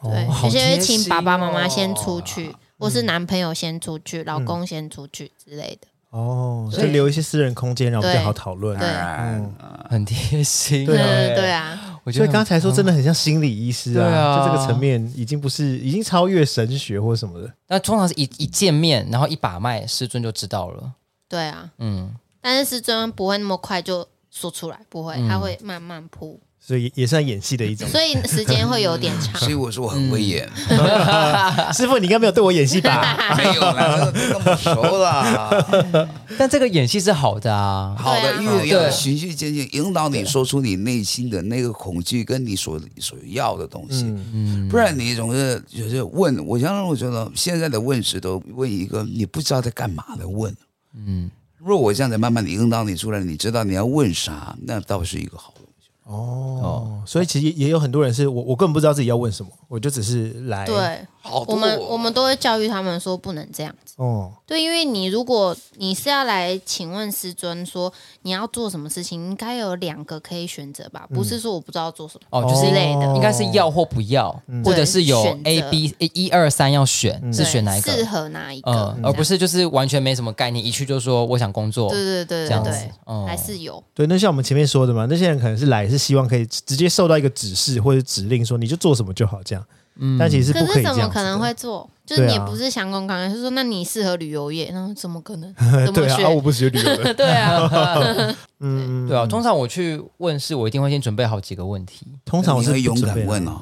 S3: 破。
S4: 对，
S1: 哦
S4: 有些
S2: 贴
S4: 会
S2: 心
S4: 请爸爸妈
S2: 哦
S4: 妈先出去，或是男朋友先出去，老公先出去之类的。
S1: 哦，
S2: 所
S1: 就
S2: 以
S1: 留一些私人空间，然后比较
S4: 对
S1: 好讨论。啊
S4: 对
S3: 嗯，
S2: 很贴心。
S1: 对啊
S4: 嗯，对啊，
S2: 我觉
S1: 所
S2: 得
S1: 以
S2: 很嗯
S1: 刚才说真的很像心理医师
S2: 对
S1: 啊，
S2: 啊
S1: 就这个层面已经不是已经超越神学或什么的。
S2: 那通常是一一见面，然后一把脉，师尊就知道了。
S4: 对啊，
S2: 嗯，
S4: 但是师尊不会那么快就说出来，不
S2: 嗯
S4: 会，他会慢慢铺，
S1: 所以也也算演戏的一种。
S4: 所以时间会有点 长
S3: 所。以我说我很威严，
S4: 啊
S1: 师傅，你应该没有对我演戏吧？
S2: 啊
S3: 没有啦，哎这个不熟了。
S2: 但这个演戏是好的啊。
S3: 好的，因为要
S2: 对
S3: 循序渐进，引导你说出你内心的那个恐惧跟你所所要的东西。
S2: 嗯，
S3: 不然你总是就是问，我相信我觉得现在的问是都问一个你不知道在干嘛的问，
S2: 嗯，
S3: 如果我这样子慢慢的引导你出来，你知道你要问啥，那倒是一个好东西。
S1: 哦哦，所以其实也有很多人是我我根本不知道自己要问什么，我就只是来
S4: 对
S3: 好多
S4: 我
S3: 哦、
S4: 们我们都会教育他们说不能这样子。
S1: 哦，
S4: 对，因为你如果你是要来请问师尊说你要做什么事情，应该有两个可以选择吧，不是说我不知道做什么。
S2: 哦，就是
S4: 之类的
S1: 哦嗯
S2: 应该是要或不要，或者是有
S4: 对
S2: A
S4: 选择
S2: B 一二三要选，是
S4: 对
S2: 选哪一
S4: 适
S2: 个？
S4: 合哪一个？
S2: 嗯，
S4: 这
S2: 而
S4: 样
S2: 不是就是完全没什么概念，一去就说我想工作。
S4: 对对对
S2: 这样
S4: 对
S2: 子
S4: 对，
S2: 哦
S4: 还是有。
S1: 对，那像我们前面说的嘛，那些人可能是来是希望可以直接受到一个指示或者指令，说你就做什么就好这样，
S2: 嗯
S1: 但其实不
S4: 是
S1: 以这
S4: 怎
S1: 样子的。
S4: 么可能会做？就是你
S1: 对
S4: 也
S1: 啊
S4: 不是想公刚刚，就是说那你适合旅游业，然后怎么可能？怎么
S1: 对啊，啊我
S4: 学？
S1: 不是去旅游的，
S4: 对啊，
S1: 嗯，
S2: 对啊，通常我去问事，我一定会先准备好几个问题。
S1: 通常我
S3: 你
S1: 是
S3: 会
S1: 不
S3: 勇
S1: 准备
S3: 敢
S1: 的
S3: 问哦，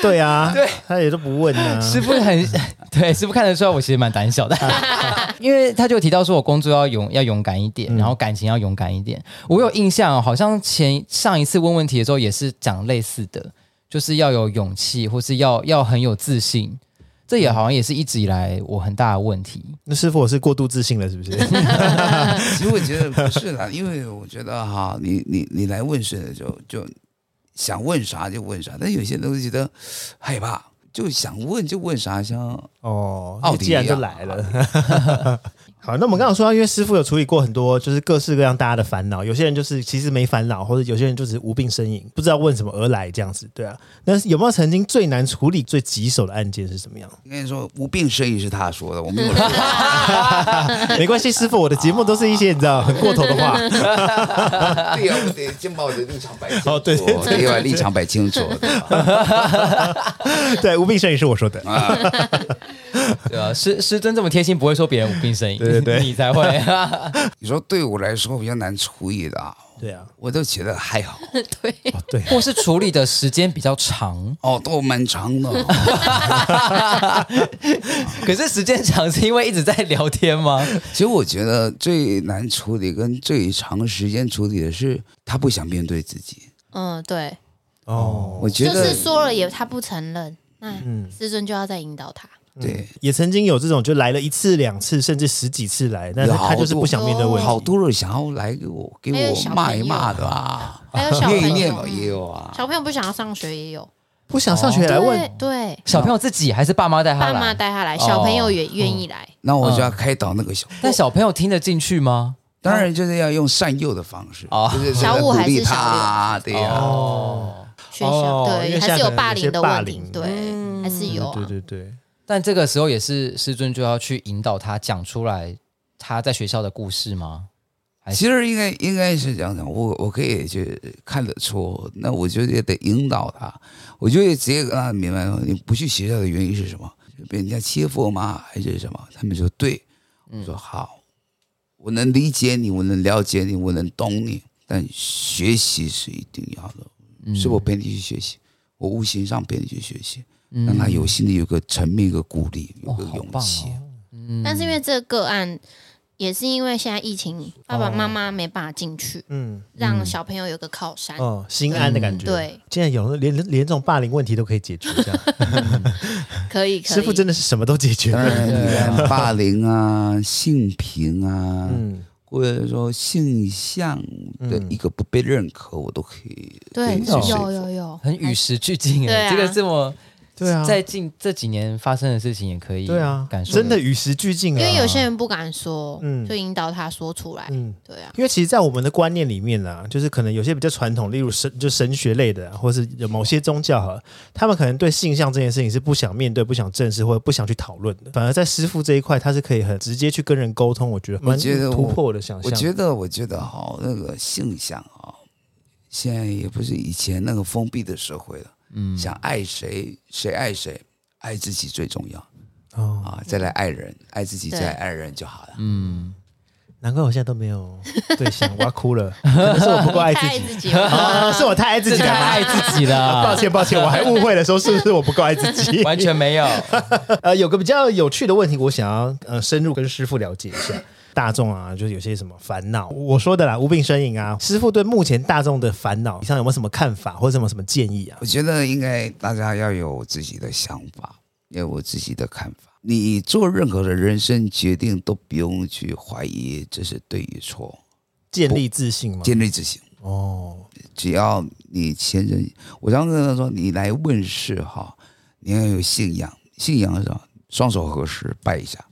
S1: 对啊，对，他也都不问啊，
S2: 师傅很对，师傅看得出来我其实蛮胆 小的，因为他就提到说我工作要勇要勇敢一点，然后感情要勇敢一点。我有印象哦，好像前上一次问问题的时候也是讲类似的，就是要有勇气，或是要要很有自信。这也好像也是一直以来我很大的问题。
S1: 那师傅我是过度自信了，是不是？
S3: 其实我觉得不是啦， 因为我觉得哈，你你你来问事的时候，就想问啥就问啥，但有些东西都害怕，就想问就问啥，像
S1: 哦，
S3: 奥
S1: 那
S3: 迪啊
S1: 既然
S3: 一
S1: 就
S3: 样
S1: 来了。 好，那我们刚刚说到，因为师傅有处理过很多，就是各式各样大家的烦恼。有些人就是其实没烦恼，或者有些人就只是无病呻吟，不知道问什么而来这样子，对啊。那有没有曾经最难处理、最棘手的案件是什 么样？
S3: 跟你说无病呻吟是他说的，我没 有说。
S1: 没关系，师傅，我的节目都是一些你知道很过头的 话。
S3: 对呀、我得先把我的立场摆清楚，
S1: 哦对对对
S3: 得把立场摆清楚，对吧？
S1: 对，无病呻吟是我说的。
S3: 啊
S2: 对啊，师师真这么贴心，不会说别人无病呻吟，
S1: 对对对
S2: 你才会。
S3: 你说对我来说比较难处理的啊，
S1: 对啊，
S3: 我都觉得还好，
S4: 对，
S1: 哦对，
S2: 或是处理的时间比较 长，
S3: 哦，都蛮长的，
S2: 可是时间长是因为一直在聊天吗？
S3: 其实我觉得最难处理跟最长时间处理的是他不想面对自己。
S4: 嗯，对，
S1: 哦，
S3: 我觉
S4: 就
S3: 得、
S4: 是说了也他不承认，那师尊就要再引导他。
S3: 对，
S1: 也曾经有这种，就来了一次、两次，甚至十几次来，但是他就是不想面对问题。
S3: 好多人想要来给我给
S4: 还有
S3: 我
S4: 小
S3: 骂一
S4: 朋友
S3: 骂的啊，
S4: 还有小
S3: 念一
S4: 朋
S3: 念
S4: 友
S3: 哦也有啊。
S4: 小朋友不想要上学也有，
S1: 不想上学来问，
S4: 对对，
S2: 小朋友自己还是爸妈带他
S4: 爸
S2: 来？
S4: 妈带他来，
S2: 哦
S4: 小朋友
S1: 嗯
S4: 也愿意来。
S3: 那我就要开导那个小，
S2: 但小朋友听得进去吗？
S3: 当然就是要用善诱的方式，
S2: 哦
S3: 就是
S4: 小五
S3: 鼓
S4: 还是
S3: 励
S4: 小
S3: 他啊，对呀、
S2: 哦，
S4: 学校
S1: 哦因为现
S4: 对，还
S1: 在
S4: 是有
S1: 可能
S4: 霸
S1: 有
S4: 凌
S1: 些
S4: 的
S1: 霸
S4: 问题
S1: 凌，
S4: 对，还是有
S1: 嗯对
S4: 啊。
S1: 对对，
S2: 但这个时候也是师尊就要去引导他讲出来他在学校的故事吗？还
S3: 哎其实应该应该是这样讲，我我可以去看得出，那我就也得引导他，我就得直接让他明白，你不去学校的原因是什么？是被人家欺负吗？还是什么？他们说对，我说好，我能理解你，我能了解你，我能懂你，但学习是一定要的，
S2: 嗯
S3: 是我陪你去学习，我无形上陪你去学习，让他有心里有个沉迷，有个鼓励，
S2: 嗯
S3: 有
S2: 哇，
S3: 个
S2: 好
S3: 勇
S2: 棒
S3: 气。
S2: 哦！
S4: 但是因为这个个案，也是因为现在疫情，爸爸妈妈没办法进去，
S1: 哦嗯
S4: 让小朋友有个靠山。
S1: 嗯，心安的感觉。，
S4: 对，
S1: 竟然有连连这种霸凌问题都可以解决， 这样
S4: 可以，可以
S1: 师傅真的是什么都解决
S3: 当
S1: 了。
S3: 然，你看霸凌啊、性平啊，
S1: 嗯，
S3: 或者说性向的一个不被认可，我都可以
S4: 对，
S1: 真
S3: 去
S1: 的哦
S3: 说
S4: 有
S3: 服
S4: 有有，
S2: 很与时俱进
S4: 对
S2: 哎、这
S4: 啊
S2: 个这么
S1: 对啊，
S2: 在近这几年发生的事情也可
S3: 嗯
S2: 以
S1: 对啊，
S2: 感受
S1: 真的与时俱进
S4: 因
S1: 啊。
S4: 为有些人不敢说，
S1: 嗯
S4: 就引导他说出来。
S1: 嗯。
S4: 对啊，
S1: 因为其实，在我们的观念里面啦、就是可能有些比较传统，例如神就神学类的啊、或是有某些宗教哈，他们可能对性向这件事情是不想面对、不想正视或者不想去讨论的。反而在师傅这一块，他是可以很直接去跟人沟通，我觉得蛮
S3: 我觉得我
S1: 突破我的想
S3: 我
S1: 象。
S3: 觉得，我觉得哈，那个性向啊，现在也不是以前那个封闭的社会了。嗯，想爱谁，谁爱谁，爱自己最重要
S1: 哦，
S3: 啊！再来爱人，爱自己，
S4: 嗯对
S3: 再来爱人就好了。
S2: 嗯，
S1: 难怪我现在都没有对 象，我要哭了，可能是我不够爱自
S4: 太爱
S1: 己。
S4: 自己
S1: 啊，
S4: 了，
S1: 是我太爱自己
S2: 这
S1: 了
S2: 太
S1: 吗，
S2: 爱自己
S1: 抱
S2: 了，
S1: 歉抱歉，我还误会了，说是不是我不够爱自 己？
S2: 完全没有。
S1: 呃，有个比较有趣的问题，我想要呃深入跟师傅了解一下。大众啊，就是有些什么烦恼，我说的啦，无病呻吟啊。师傅对目前大众的烦恼，以上有没有什么看法或者什么什么建议啊？
S3: 我觉得应该大家要有自己的想法，要有自己的看法。你做任何的人生决定，都不用去怀疑这是对与错，
S1: 建立自信吗？
S3: 建立自信。
S1: 哦，
S3: 只要你前人，我刚刚跟他说，你来问世哈，你要有信仰，信仰是什么？双手合十拜一下，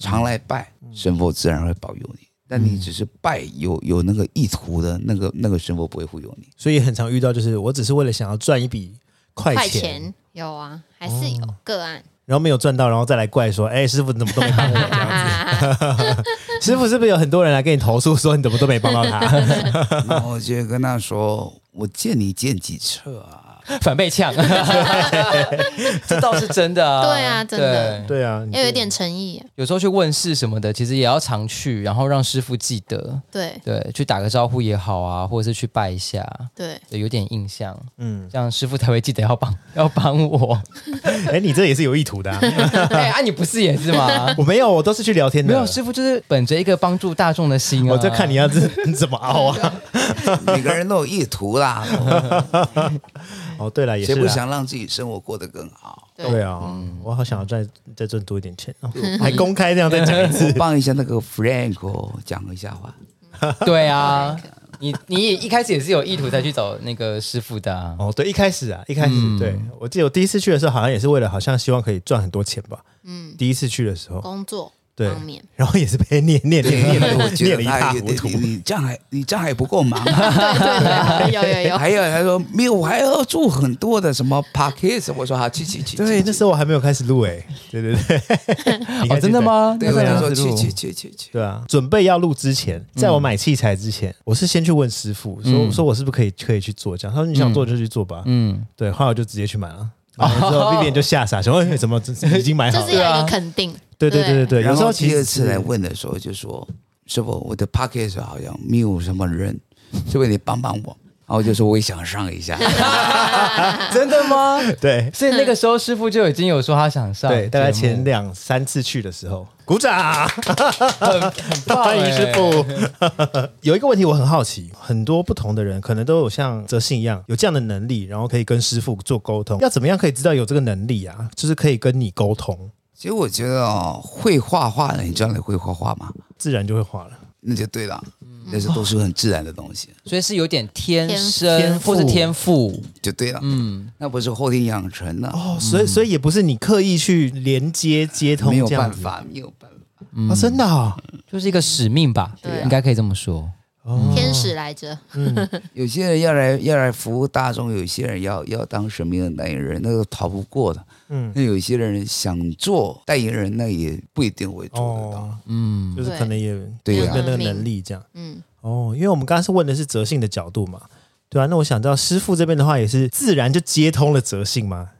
S3: 常来拜，神佛自然会保佑你。但你只是拜有有那个意图的那个那个神佛不会护佑你。
S1: 所以很常遇到就是我只是为了想要赚一笔快
S4: 快
S1: 钱，
S4: 钱有啊，还是有个案。
S1: 然后没有赚到，然后再来怪说，哎，师傅你怎么 都没帮我 这样子？师傅是不是有很多人来跟你投诉说你怎么都没帮到他？
S3: 那我就跟他说：“我见你见几次 啊？
S2: 反被呛，这倒是真的啊。
S4: 对啊真的
S2: 对
S1: 对啊，
S4: 要有一点诚意、
S2: 有时候去问事什么的，其实也要常去，然后让师傅记得，
S4: 对
S2: 对，去打个招呼也好啊，或者是去拜一下，
S4: 对，
S2: 对，有点印象，
S1: 嗯，
S2: 这样师傅才会记得要帮要帮 我。
S1: 哎，你这也是有意图的啊、
S2: 哎，啊，你不是也是吗？
S1: 我没有，我都是去聊天的。
S2: 没有，师傅就是本着一个帮助大众的心啊。
S1: 我在看你，样 子，你怎么凹啊？
S3: 每个人都有意图啦，
S1: 哦，对了，也是
S3: 谁不
S1: 啦
S3: 想让自己生活过得更好？
S4: 对
S1: 对啊，我好想要再再赚多一点钱哦，还公开这样再讲一次。
S3: 帮一下那个 Frank 哦讲一下 话。
S2: 对啊，你你也一开始也是有意图才去找那个师傅的、啊。
S1: 哦，对，一开始啊，一开始，对我记得我第一次去的时候，好像也是为了，好像希望可以赚很多钱吧。嗯，第一次去的时候，
S4: 工作
S1: 对
S4: 方面，
S1: 然后也是被念念
S3: 对，
S1: 念念
S3: 因为我
S1: 的
S3: 觉
S1: 念
S3: 得
S1: 的一
S3: 他
S1: 塌
S3: 有
S1: 糊
S3: 点
S1: 涂
S3: 你。你这样还你这样还不够忙、啊。
S4: 对对对，有
S1: 哎
S4: 有有，
S3: 哎还有他说没有，我还要做很多的什么 p a c k a g e 我说好去去 去。
S1: 对，那时
S3: 候
S1: 候我还没有开始录诶，对对对， 你
S2: 哦，
S1: 看
S2: 真的吗？
S3: 对，
S2: 那时候
S3: 我
S1: 对啊
S3: 就
S2: 你是
S3: 说去
S2: 录
S3: 去去去去
S1: 现在？。对啊，嗯准备要录之前，在我买器材之前，我是先去问师傅，说我说我是不是可以可以去做这样？他说你想做就去做吧。哦
S2: 嗯，
S1: 对，后来我就直接去买了。然后之后 B B 就吓傻，想 问怎么已经买好
S4: 这
S1: 了
S4: 是？要一个肯定，
S1: 对对对对对，有
S3: 然
S1: 时
S3: 后
S1: 候其
S3: 第二
S1: 实
S3: 次
S1: 是
S3: 来问的时候就说，师傅，我的 p a c k a g e 好像没有什么人，师傅你帮帮我。然后我就说我也想上一下，
S2: 真的吗？
S1: 对
S2: 所以那个时候师傅就已经有说他想上节目，
S1: 对，大概前两三次去的时候，鼓掌，
S2: 很 棒
S1: 欢迎师
S2: 欸。
S1: 傅。 有一个问题我很好奇，很多不同的人可能都有像泽信一样有这样的能力，然后可以跟师傅做沟通，要怎么样可以知道有这个能力啊？就是可以跟你沟通，
S3: 其实我觉得哦，会画画的，你知道你会画画吗？
S1: 自然就会画了。
S3: 那就对了，
S1: 嗯
S3: 那是都是很自然的东西，
S2: 所以是有点天生
S1: 天赋
S2: 或是天赋，
S3: 就对了。嗯，那不是后天养成的，
S1: 哦，所以所以也不是你刻意去连接接通
S3: 嗯没有
S1: 这
S3: 办
S1: 样子
S3: 法，嗯没有办
S1: 啊，
S3: 法。
S1: 真的啊，
S2: 就是一个使命吧，
S4: 对啊
S2: 应该可以这么说。
S1: 哦
S4: 天使来着，
S3: 有些人要来要来服务大众，有些人要要当神明的代言人，那个逃不过的。
S1: 嗯，
S3: 那有些人想做代言人，那也不一定会做得到。
S1: 哦，
S2: 嗯，
S1: 就是可
S4: 对
S1: 能也
S3: 对呀、
S1: 跟
S4: 嗯
S1: 那个能力这样。
S4: 嗯，
S1: 哦，因为我们刚刚是问的是哲性的角度嘛，对啊，那我想知道师傅这边的话也是自然就接通了哲性吗？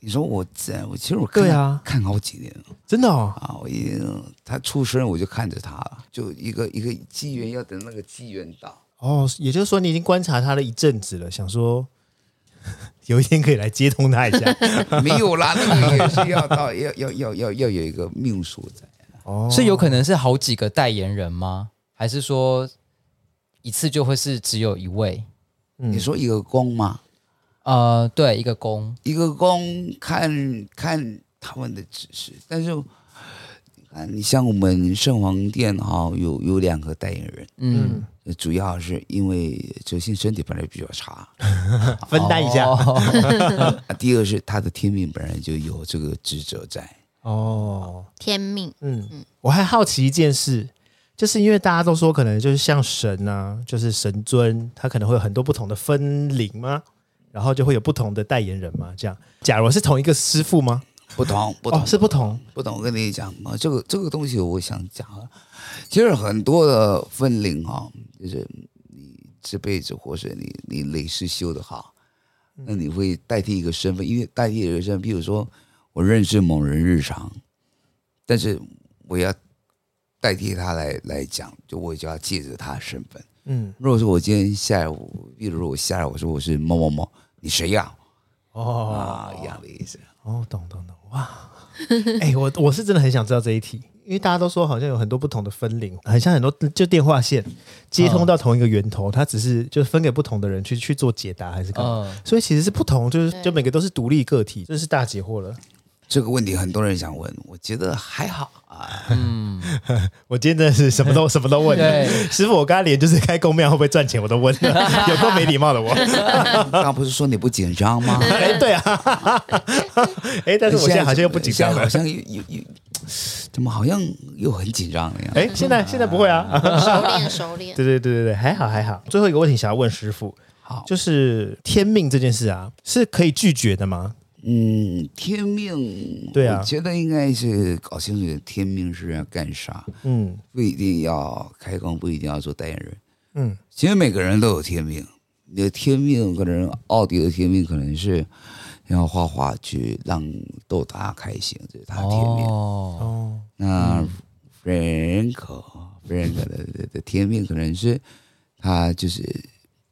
S3: 你说我这，我其实我看
S1: 对啊
S3: 看好几年了
S1: 真的哦，
S3: 啊，我已经他出生我就看着他了，就一个一个机缘要等那个机缘到。
S1: 哦，也就是说你已经观察他了一阵子了，想说 有一天可以来接通他一 下。
S3: 没有啦，那个也是要到要要要要要有一个命数在。
S1: 哦，
S2: 所以有可能是好几个代言人吗？还是说一次就会是只有一位？
S1: 你
S3: 你说一个宫嘛，
S2: 呃，对，一个宫，
S3: 一个宫看看他们的指示，但是啊，你像我们圣皇殿哈、有有两个代言人，
S2: 嗯，
S3: 主要是因为哲信身体本来比较差，
S1: 嗯分担一下
S2: 哦
S3: 啊第二是他的天命本来就有这个职责在。
S1: 哦，
S4: 天命，
S1: 嗯，我还好奇一件事。就是因为大家都说，可能就是像神啊，就是神尊，他可能会有很多不同的分灵吗？然后就会有不同的代言人嘛？这样，假如是同一个师傅吗？
S3: 不同，不同，
S1: 哦，是不同。
S3: 不同。我跟你讲啊，这个这个东西，我想讲啊，其实很多的分灵啊，就是你这辈子或者你你累世修的好，那你会代替一个身份，因为代替一个身份，比如说我认识某人日常，但是我要代替他来来讲，就我就要借着他的身份。
S1: 嗯，
S3: 如果说我今天下午，比如说我下午我说我是某某某，你谁呀、
S1: 哦
S3: 啊，一样的意思。
S1: 哦，懂懂懂，哇！ 哎、我我是真的很想知道这一题，因为大家都说好像有很多不同的分灵，很像很多就电话线接通到同一个源头，它只是就分给不同的人去去做解答还是干嘛。
S2: 嗯，
S1: 所以其实是不同，就是
S4: 对
S1: 就每个都是独立个体，这是大解惑了。
S3: 这个问题很多人想问，我觉得还好啊。
S1: 我今天真的是什么 都什么都问
S2: 对。
S1: 师傅，我刚才连就是开公庙会不会赚钱我都问 了，有够没礼貌的我。
S3: 刚刚不是说你不紧张吗？
S1: 哎，对啊，哎， 但是我现在好像又不紧张
S3: 现在
S1: 了
S3: 好。像又又又怎么好像又很紧张了样？
S1: 哎，现在现在不会啊。
S4: 熟练熟练。
S1: 对对对对对，还好还好。最后一个问题想要问师傅，
S3: 好，
S1: 就是天命这件事啊，是可以拒绝的吗？
S3: 嗯，天命，
S1: 对啊
S3: 我觉得应该是搞清楚天命是要干啥，
S1: 嗯
S3: 不一定要开工，不一定要做代言人。
S1: 嗯
S3: 其实每个人都有天命，你的天命可能奥迪的天命可能是要画画去让豆大开心，这是他的天命。
S2: 哦，
S1: 哦
S3: 那 Frank Frank 的的的天命可能是他就是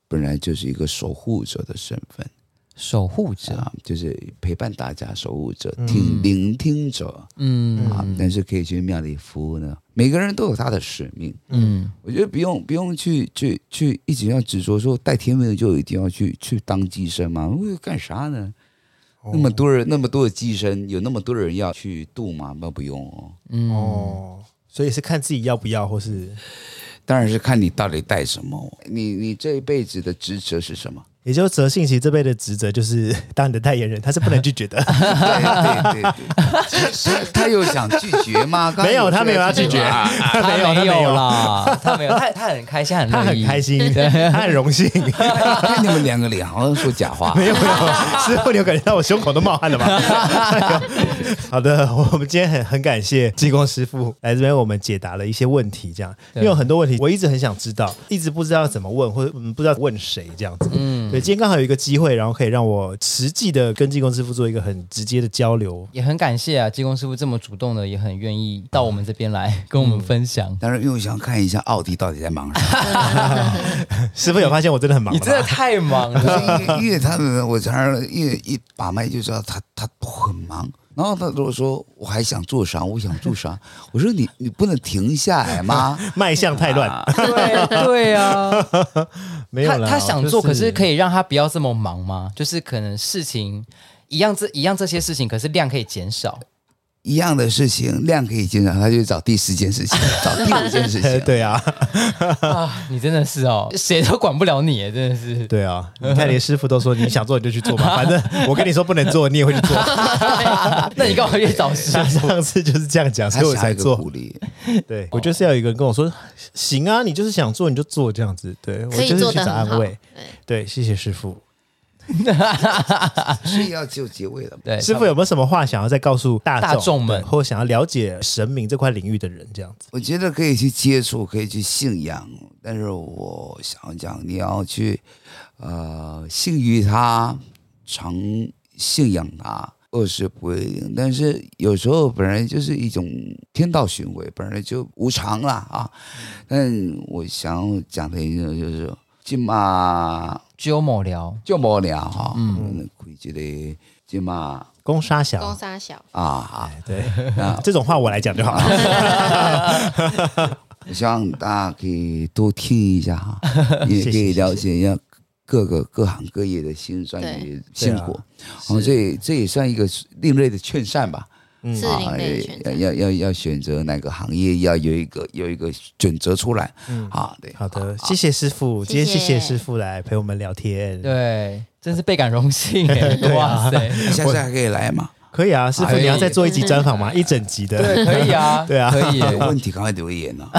S3: 本来就是一个守护者的身份
S2: 守护
S1: 哦
S2: 者，
S3: 啊，就是陪伴大家守护者、听聆听者啊
S2: 嗯，
S3: 但是可以去庙里服务呢。每个人都有他的使命，
S2: 嗯，
S3: 我觉得不用不用去去去一直要执着说带天命就一定要去去当寄生嘛，为干啥呢？那么多人，那么多的寄生，有那么多人要去度吗？那不用哦。
S1: 哦，所以是看自己要不要，或是
S3: 当然是看你到底带什么，你你这一辈子的职责是什么？
S1: 也就是泽信其实这辈的职责就是当你的代言人，他是不能拒绝的。
S3: 对对对对，他他有想拒绝 吗？刚刚
S1: 没有他没有要拒绝
S3: 这 个啊啊
S2: 他
S1: 没有
S2: 没
S1: 他没有
S2: 有啦，他没有，他他很开心，很
S1: 他
S2: 乐
S1: 很
S2: 意
S1: 开 心，他很荣幸。
S3: 看你们两个脸好像说假 话，
S1: 没有没有，师傅，你有感觉到我胸口都冒汗了吗？ 哎呦好的，我们今天很很感谢济公师傅来这边，我们解答了一些问题，这样，因为有很多问题我一直很想知道，一直不知道怎么问，或者嗯不知道问谁这样子。嗯，对，今天刚好有一个机会，然后可以让我实际的跟济公师傅做一个很直接的交 流。
S2: 也很感谢啊，济公师傅这么主动的，也很愿意到我们这边来跟我们分享。
S3: 当然因为我想看一下奥迪到底在忙什
S1: 师傅有发现我真的很忙
S2: 你
S1: 吗？
S2: 真的太忙了，
S3: 么，因为因为他们我常常一一把麦就知道他他很忙。然后他如果说我还想做啥，我想做啥，我说你你不能停下来 吗？
S1: 卖相太乱，
S3: 啊
S2: 对对啊，
S1: 没有
S2: 他
S1: 啦
S2: 他想
S1: 就
S2: 做，可是可以让他不要这么忙吗？就是可能事情一样这一样这些事情，可是量可以减 少。
S3: 一样的事情量可以减少，他就找第十件事情，找第五件事情。
S1: 对啊，
S2: 啊，你真的是哦，谁都管不了你耶，真的 是。
S1: 对啊，你看连师傅都说你想做你就去做吧，反正我跟你说不能做，你也会去做。
S2: 那你干嘛越早师
S1: 他
S2: 傅？
S1: 上次就是这样讲，所
S3: 他
S1: 以我
S3: 想要
S1: 才
S3: 一个
S1: 做。
S3: 鼓励，
S1: 对，我就是要有一个人跟我说，行啊，你就是想做你就做这样子。对我
S4: 可以
S1: 就是
S4: 做
S1: 去
S4: 得
S1: 找
S4: 很
S1: 安
S4: 好，
S1: 慰。对，谢谢师傅。
S3: 所以要就结尾了。
S2: 对，
S1: 师傅有没有什么话想要再告诉大
S2: 大众们
S1: 对或想要了解神明这块领域的人？这样子，
S3: 我觉得可以去接触，可以去信仰，但是我想讲，你要去呃信于他，常信仰他，恶事不为灵。但是有时候本来就是一种天道循环，本来就无常啦啊。但我想讲的一种就是，起码
S2: 揪某聊，
S3: 就无聊哈，嗯，开一个起码
S1: 攻沙
S4: 公
S1: 小，
S4: 沙小，
S3: 啊啊。
S1: 对
S3: 啊，
S1: 这种话我来讲就好了。
S3: 我希望大家可以多听一下 哈，也可以了解一下各个各行各业的辛酸与辛苦。
S1: 啊
S3: 哦，这也这也算一个另类的劝善吧。
S1: 嗯
S4: 是另类的选择
S3: 要。要要要选择哪个行业，要有一个有一个准则出来。
S1: 嗯
S3: 啊，对，
S1: 好的，谢谢师傅，今
S4: 谢谢
S1: 天谢谢师傅来陪我们聊天。，
S2: 对，真是倍感荣幸 哎，
S1: 啊
S2: 哇塞，
S3: 下次还可以来嘛？
S1: 可以啊，师傅
S2: 可以
S1: 你要再做一集专访吗？一整集
S2: 对，
S1: 的。
S2: 可以啊，
S1: 对啊
S2: 可以耶，
S3: 有问题赶快留言啊！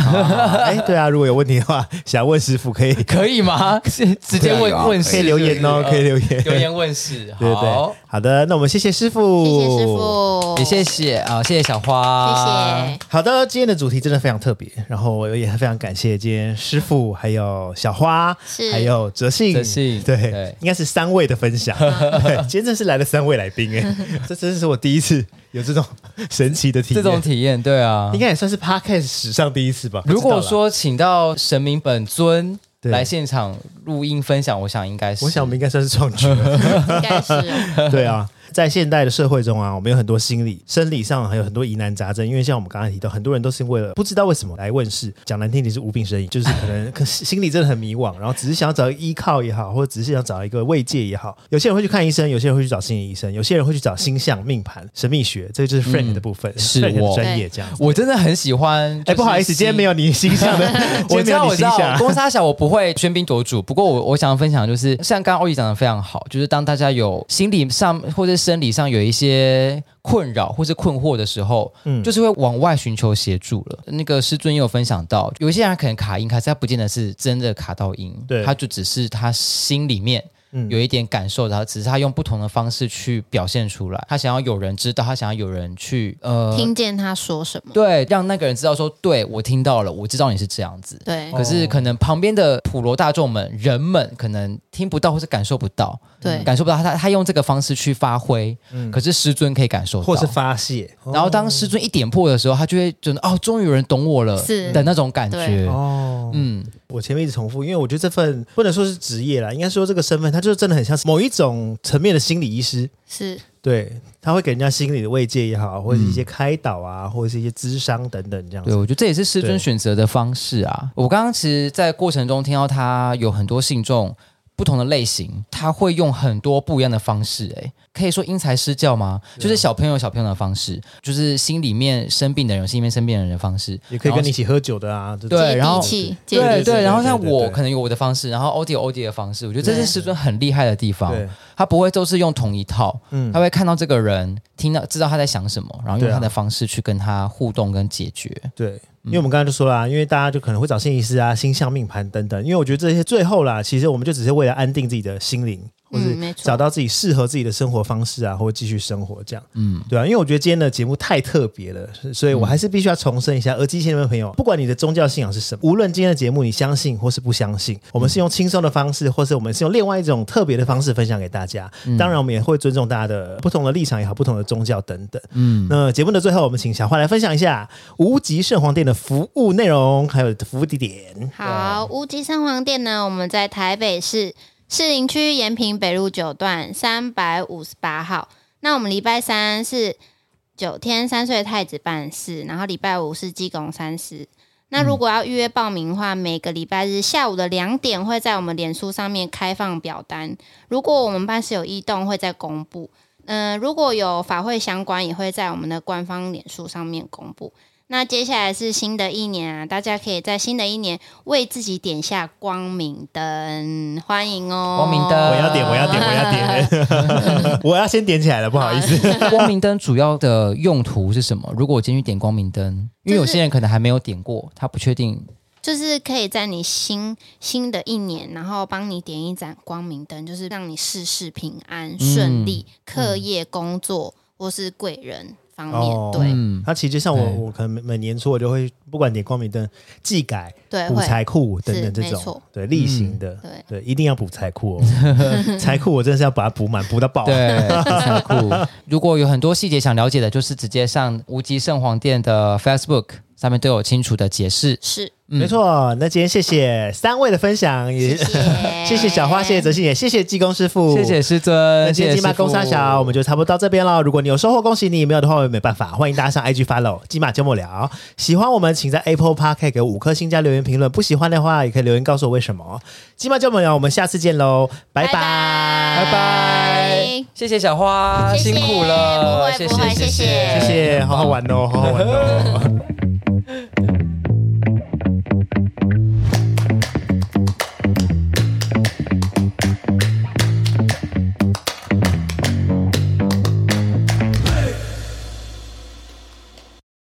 S1: 哎，对啊，如果有问题的话，想问师傅可以
S2: 可以吗？是直接
S3: 可以
S2: 问
S3: 啊
S2: 问
S3: 可
S2: 事，
S3: 以
S1: 可以留言哦，
S2: 是不
S1: 可以
S2: 是
S1: 留言。
S2: 留言问事，
S1: 对对
S2: 好
S1: 对，，好的，那我们谢谢师傅，
S4: 谢谢师。
S1: 哎
S4: 傅，
S2: 也谢谢啊，谢谢小花，
S4: 谢谢。
S1: 好的，今天的主题真的非常特别，然后我也非常感谢今天师傅，还有小花，
S4: 是
S1: 还有哲信，
S2: 哲信
S1: 对，
S2: 对
S1: 应该是三位的分 享。对今天真是来了三位来宾，哎，这真是我第一次有这种神奇的体
S2: 这
S1: 验，
S2: 种体验，对啊
S1: 应。该也算是 podcast 史上第一次吧。
S2: 如
S1: 不
S2: 果
S1: 知道啦
S2: 说请到神明本尊
S1: 对
S2: 来现场录音分享，我想应该是，
S1: 我想我们应该算是创举了，
S4: 应该是哦
S1: 对啊。在现代的社会中啊，我们有很多心理、生理上还有很多疑难杂症，因为像我们刚才提到，很多人都是为了不知道为什么来哎问世，讲难听点是无病呻吟，就是可能可心里真的很迷惘，然后只是想要找一个依靠也好，或者只是想找一个慰藉也好。有些人会去看医生，有些人会去找心理医生，有些人会去找星象、命盘、神秘学，这嗯就是 Frank 的部分，
S2: 是
S1: Frank 的
S2: 我
S1: 专业这样子。
S2: 我真的很喜欢。
S1: 哎、不好意思，今天没有。你星象 的，
S2: 我
S1: 今天
S2: 知
S1: 没有
S2: 道，我
S1: 你
S2: 知
S1: 星
S2: 道，
S1: 象。
S2: 公沙小我不会喧宾夺主。不过我我想分享就是，像刚刚欧丽讲的非常好，就是当大家有心理上或者生理上有一些困扰或是困惑的时候，
S1: 嗯
S2: 就是会往外寻求协助了。那个师尊也有分享到，有一些人可能卡音，可是他不见得是真的卡到音，
S1: 对
S2: 他就只是他心里面
S1: 嗯
S2: 有一点感受，然后只是他用不同的方式去表现出来，他想要有人知道，他想要有人去呃。
S4: 听见他说什么。
S2: 对，让那个人知道说，对我听到了，我知道你是这样子。
S4: 对
S2: 可
S1: 哦
S2: 是可能旁边的普罗大众们、人们可能听不到或是感受不到，
S4: 对，
S2: 感受不到他他用这个方式去发挥，
S1: 嗯
S2: 可是师尊可以感受到，
S1: 或是发泄，
S2: 然后当师尊一点破的时候，他就会觉得哦，终于有人懂我了
S4: 是
S2: 的那种感觉。
S1: 哦，
S2: 嗯，
S1: 我前面一直重复，因为我觉得这份不能说是职业啦，应该说这个身份，它就是真的很像某一种层面的心理医师。
S4: 是
S1: 对，他会给人家心理的慰藉也好，或者是一些开导啊，或者是一些智商等等这样
S2: 对，
S1: 子。
S2: 我觉得这也是师尊
S1: 对
S2: 选择的方式啊。我刚刚其实，在过程中听到他有很多信众不同的类型，他会用很多不一样的方式、欸，可以说因材施教吗？
S1: 啊
S2: 就是小朋友有小朋友的方式，就是心里面生病的人有心里面生病的人的方式，
S1: 也可以跟你一
S2: 然后
S1: 起喝酒的啊，这
S2: 对
S1: 种
S4: 接
S2: 然后
S4: 地气，接
S1: 对
S4: 地
S2: 对
S4: 气。
S2: 对，然后像
S1: 对对
S2: 我
S1: 对
S2: 可能有我的方式，然后欧弟有欧弟的方式，我觉得这是
S4: 对
S2: 师尊很厉害的地方，
S1: 对，
S2: 他不会都是用同一套，
S1: 嗯
S2: 他，会看到这个人，听到知道他在想什么，然后用
S1: 对啊
S2: 他的方式去跟他互动跟解决。
S1: 对。
S4: 嗯
S1: 因为我们刚才就说啦、因为大家就可能会找心理师啊、星象命盘等等。因为我觉得这些最后啦，其实我们就只是为了安定自己的心灵，或是
S4: 嗯，没错
S1: 找。到自己适合自己的生活方式啊，或者继续生活这样。
S2: 嗯，
S1: 对啊，因为我觉得今天的节目太特别了，是
S4: 嗯
S1: 所以我还是必须要重申一下，耳机前的朋友，不管你的宗教信仰是什么，无论今天的节目你相信或是不相
S4: 嗯
S1: 信，我们是用轻松的方式，或是我们是用另外一种特别的方式分享给大家。
S4: 嗯
S1: 当然，我们也会尊重大家的不同的立场也好，不同的宗教等等。嗯，那节目的最后，我们请小花来分享一下无极圣皇殿的服务内容，还有服务地点。
S4: 好，乌鸡三皇店呢，我们在台北市士林区延平北路九段三百五十八号。那我们礼拜三是九天三岁太子办事，然后礼拜五是济公三师。那如果要预约报名的话，每个礼拜日下午的两点会在我们脸书上面开放表单。如果我们办事有异动，会再公布。嗯、如果有法会相关，也会在我们的官方脸书上面公布。那接下来是新的一年啊，大家可以在新的一年为自己点下光明灯，欢迎哦！
S2: 光明灯
S1: 我要点，我要点，我要点， 我要先点起来了，不好意思。
S4: 哎
S2: 光明灯主要的用途是什么？如果我今天去点光明灯，因为有些人可能还没有点过，他不确定。
S4: 就是可以在你新新的一年，然后帮你点一盏光明灯，就是让你事事平安
S1: 嗯
S4: 顺利，课业、工作或是贵人方面，
S1: 哦
S4: 对
S2: 嗯，
S1: 它其实就像我，
S2: 对
S1: 我可能每每年初我就会不管点光明灯、技改、
S4: 对
S1: 补
S4: 呃会
S1: 财库等
S4: 是
S1: 等这
S4: 没
S1: 种
S4: 错，嗯
S1: 对例行的，
S4: 对
S1: 对一定要补财库哦， 财库我真的是要把它补满，补到爆。
S2: 对，很酷。如果有很多细节想了解的，就是直接上无极圣皇殿的 Facebook 上面都有清楚的解释。
S4: 是
S1: 没错。那今天谢谢三位的分享，也
S4: 嗯谢 谢，
S1: 谢谢小花，谢谢泽信，也谢谢济公师傅，
S2: 谢谢。师
S1: 那
S2: 尊，
S1: 今
S2: 呃谢
S1: 天
S2: 谢
S1: 金马
S2: 师父
S1: 公沙小，我们就差不多到这边了。如果你有收获，恭喜你；没有的话，我也没办法。欢迎大家上 IG follow 金马周末聊。喜欢我们，请在 Apple Park 可以给我五颗星加留言评论。不喜欢的话，也可以留言告诉我为什么。金马周末聊，我们下次见喽，拜
S4: 拜
S2: 拜拜，谢谢小花，
S4: 谢谢
S2: 辛苦了，
S4: 不会不会谢
S1: 谢
S4: 谢
S1: 谢，好好玩哦，好好玩哦。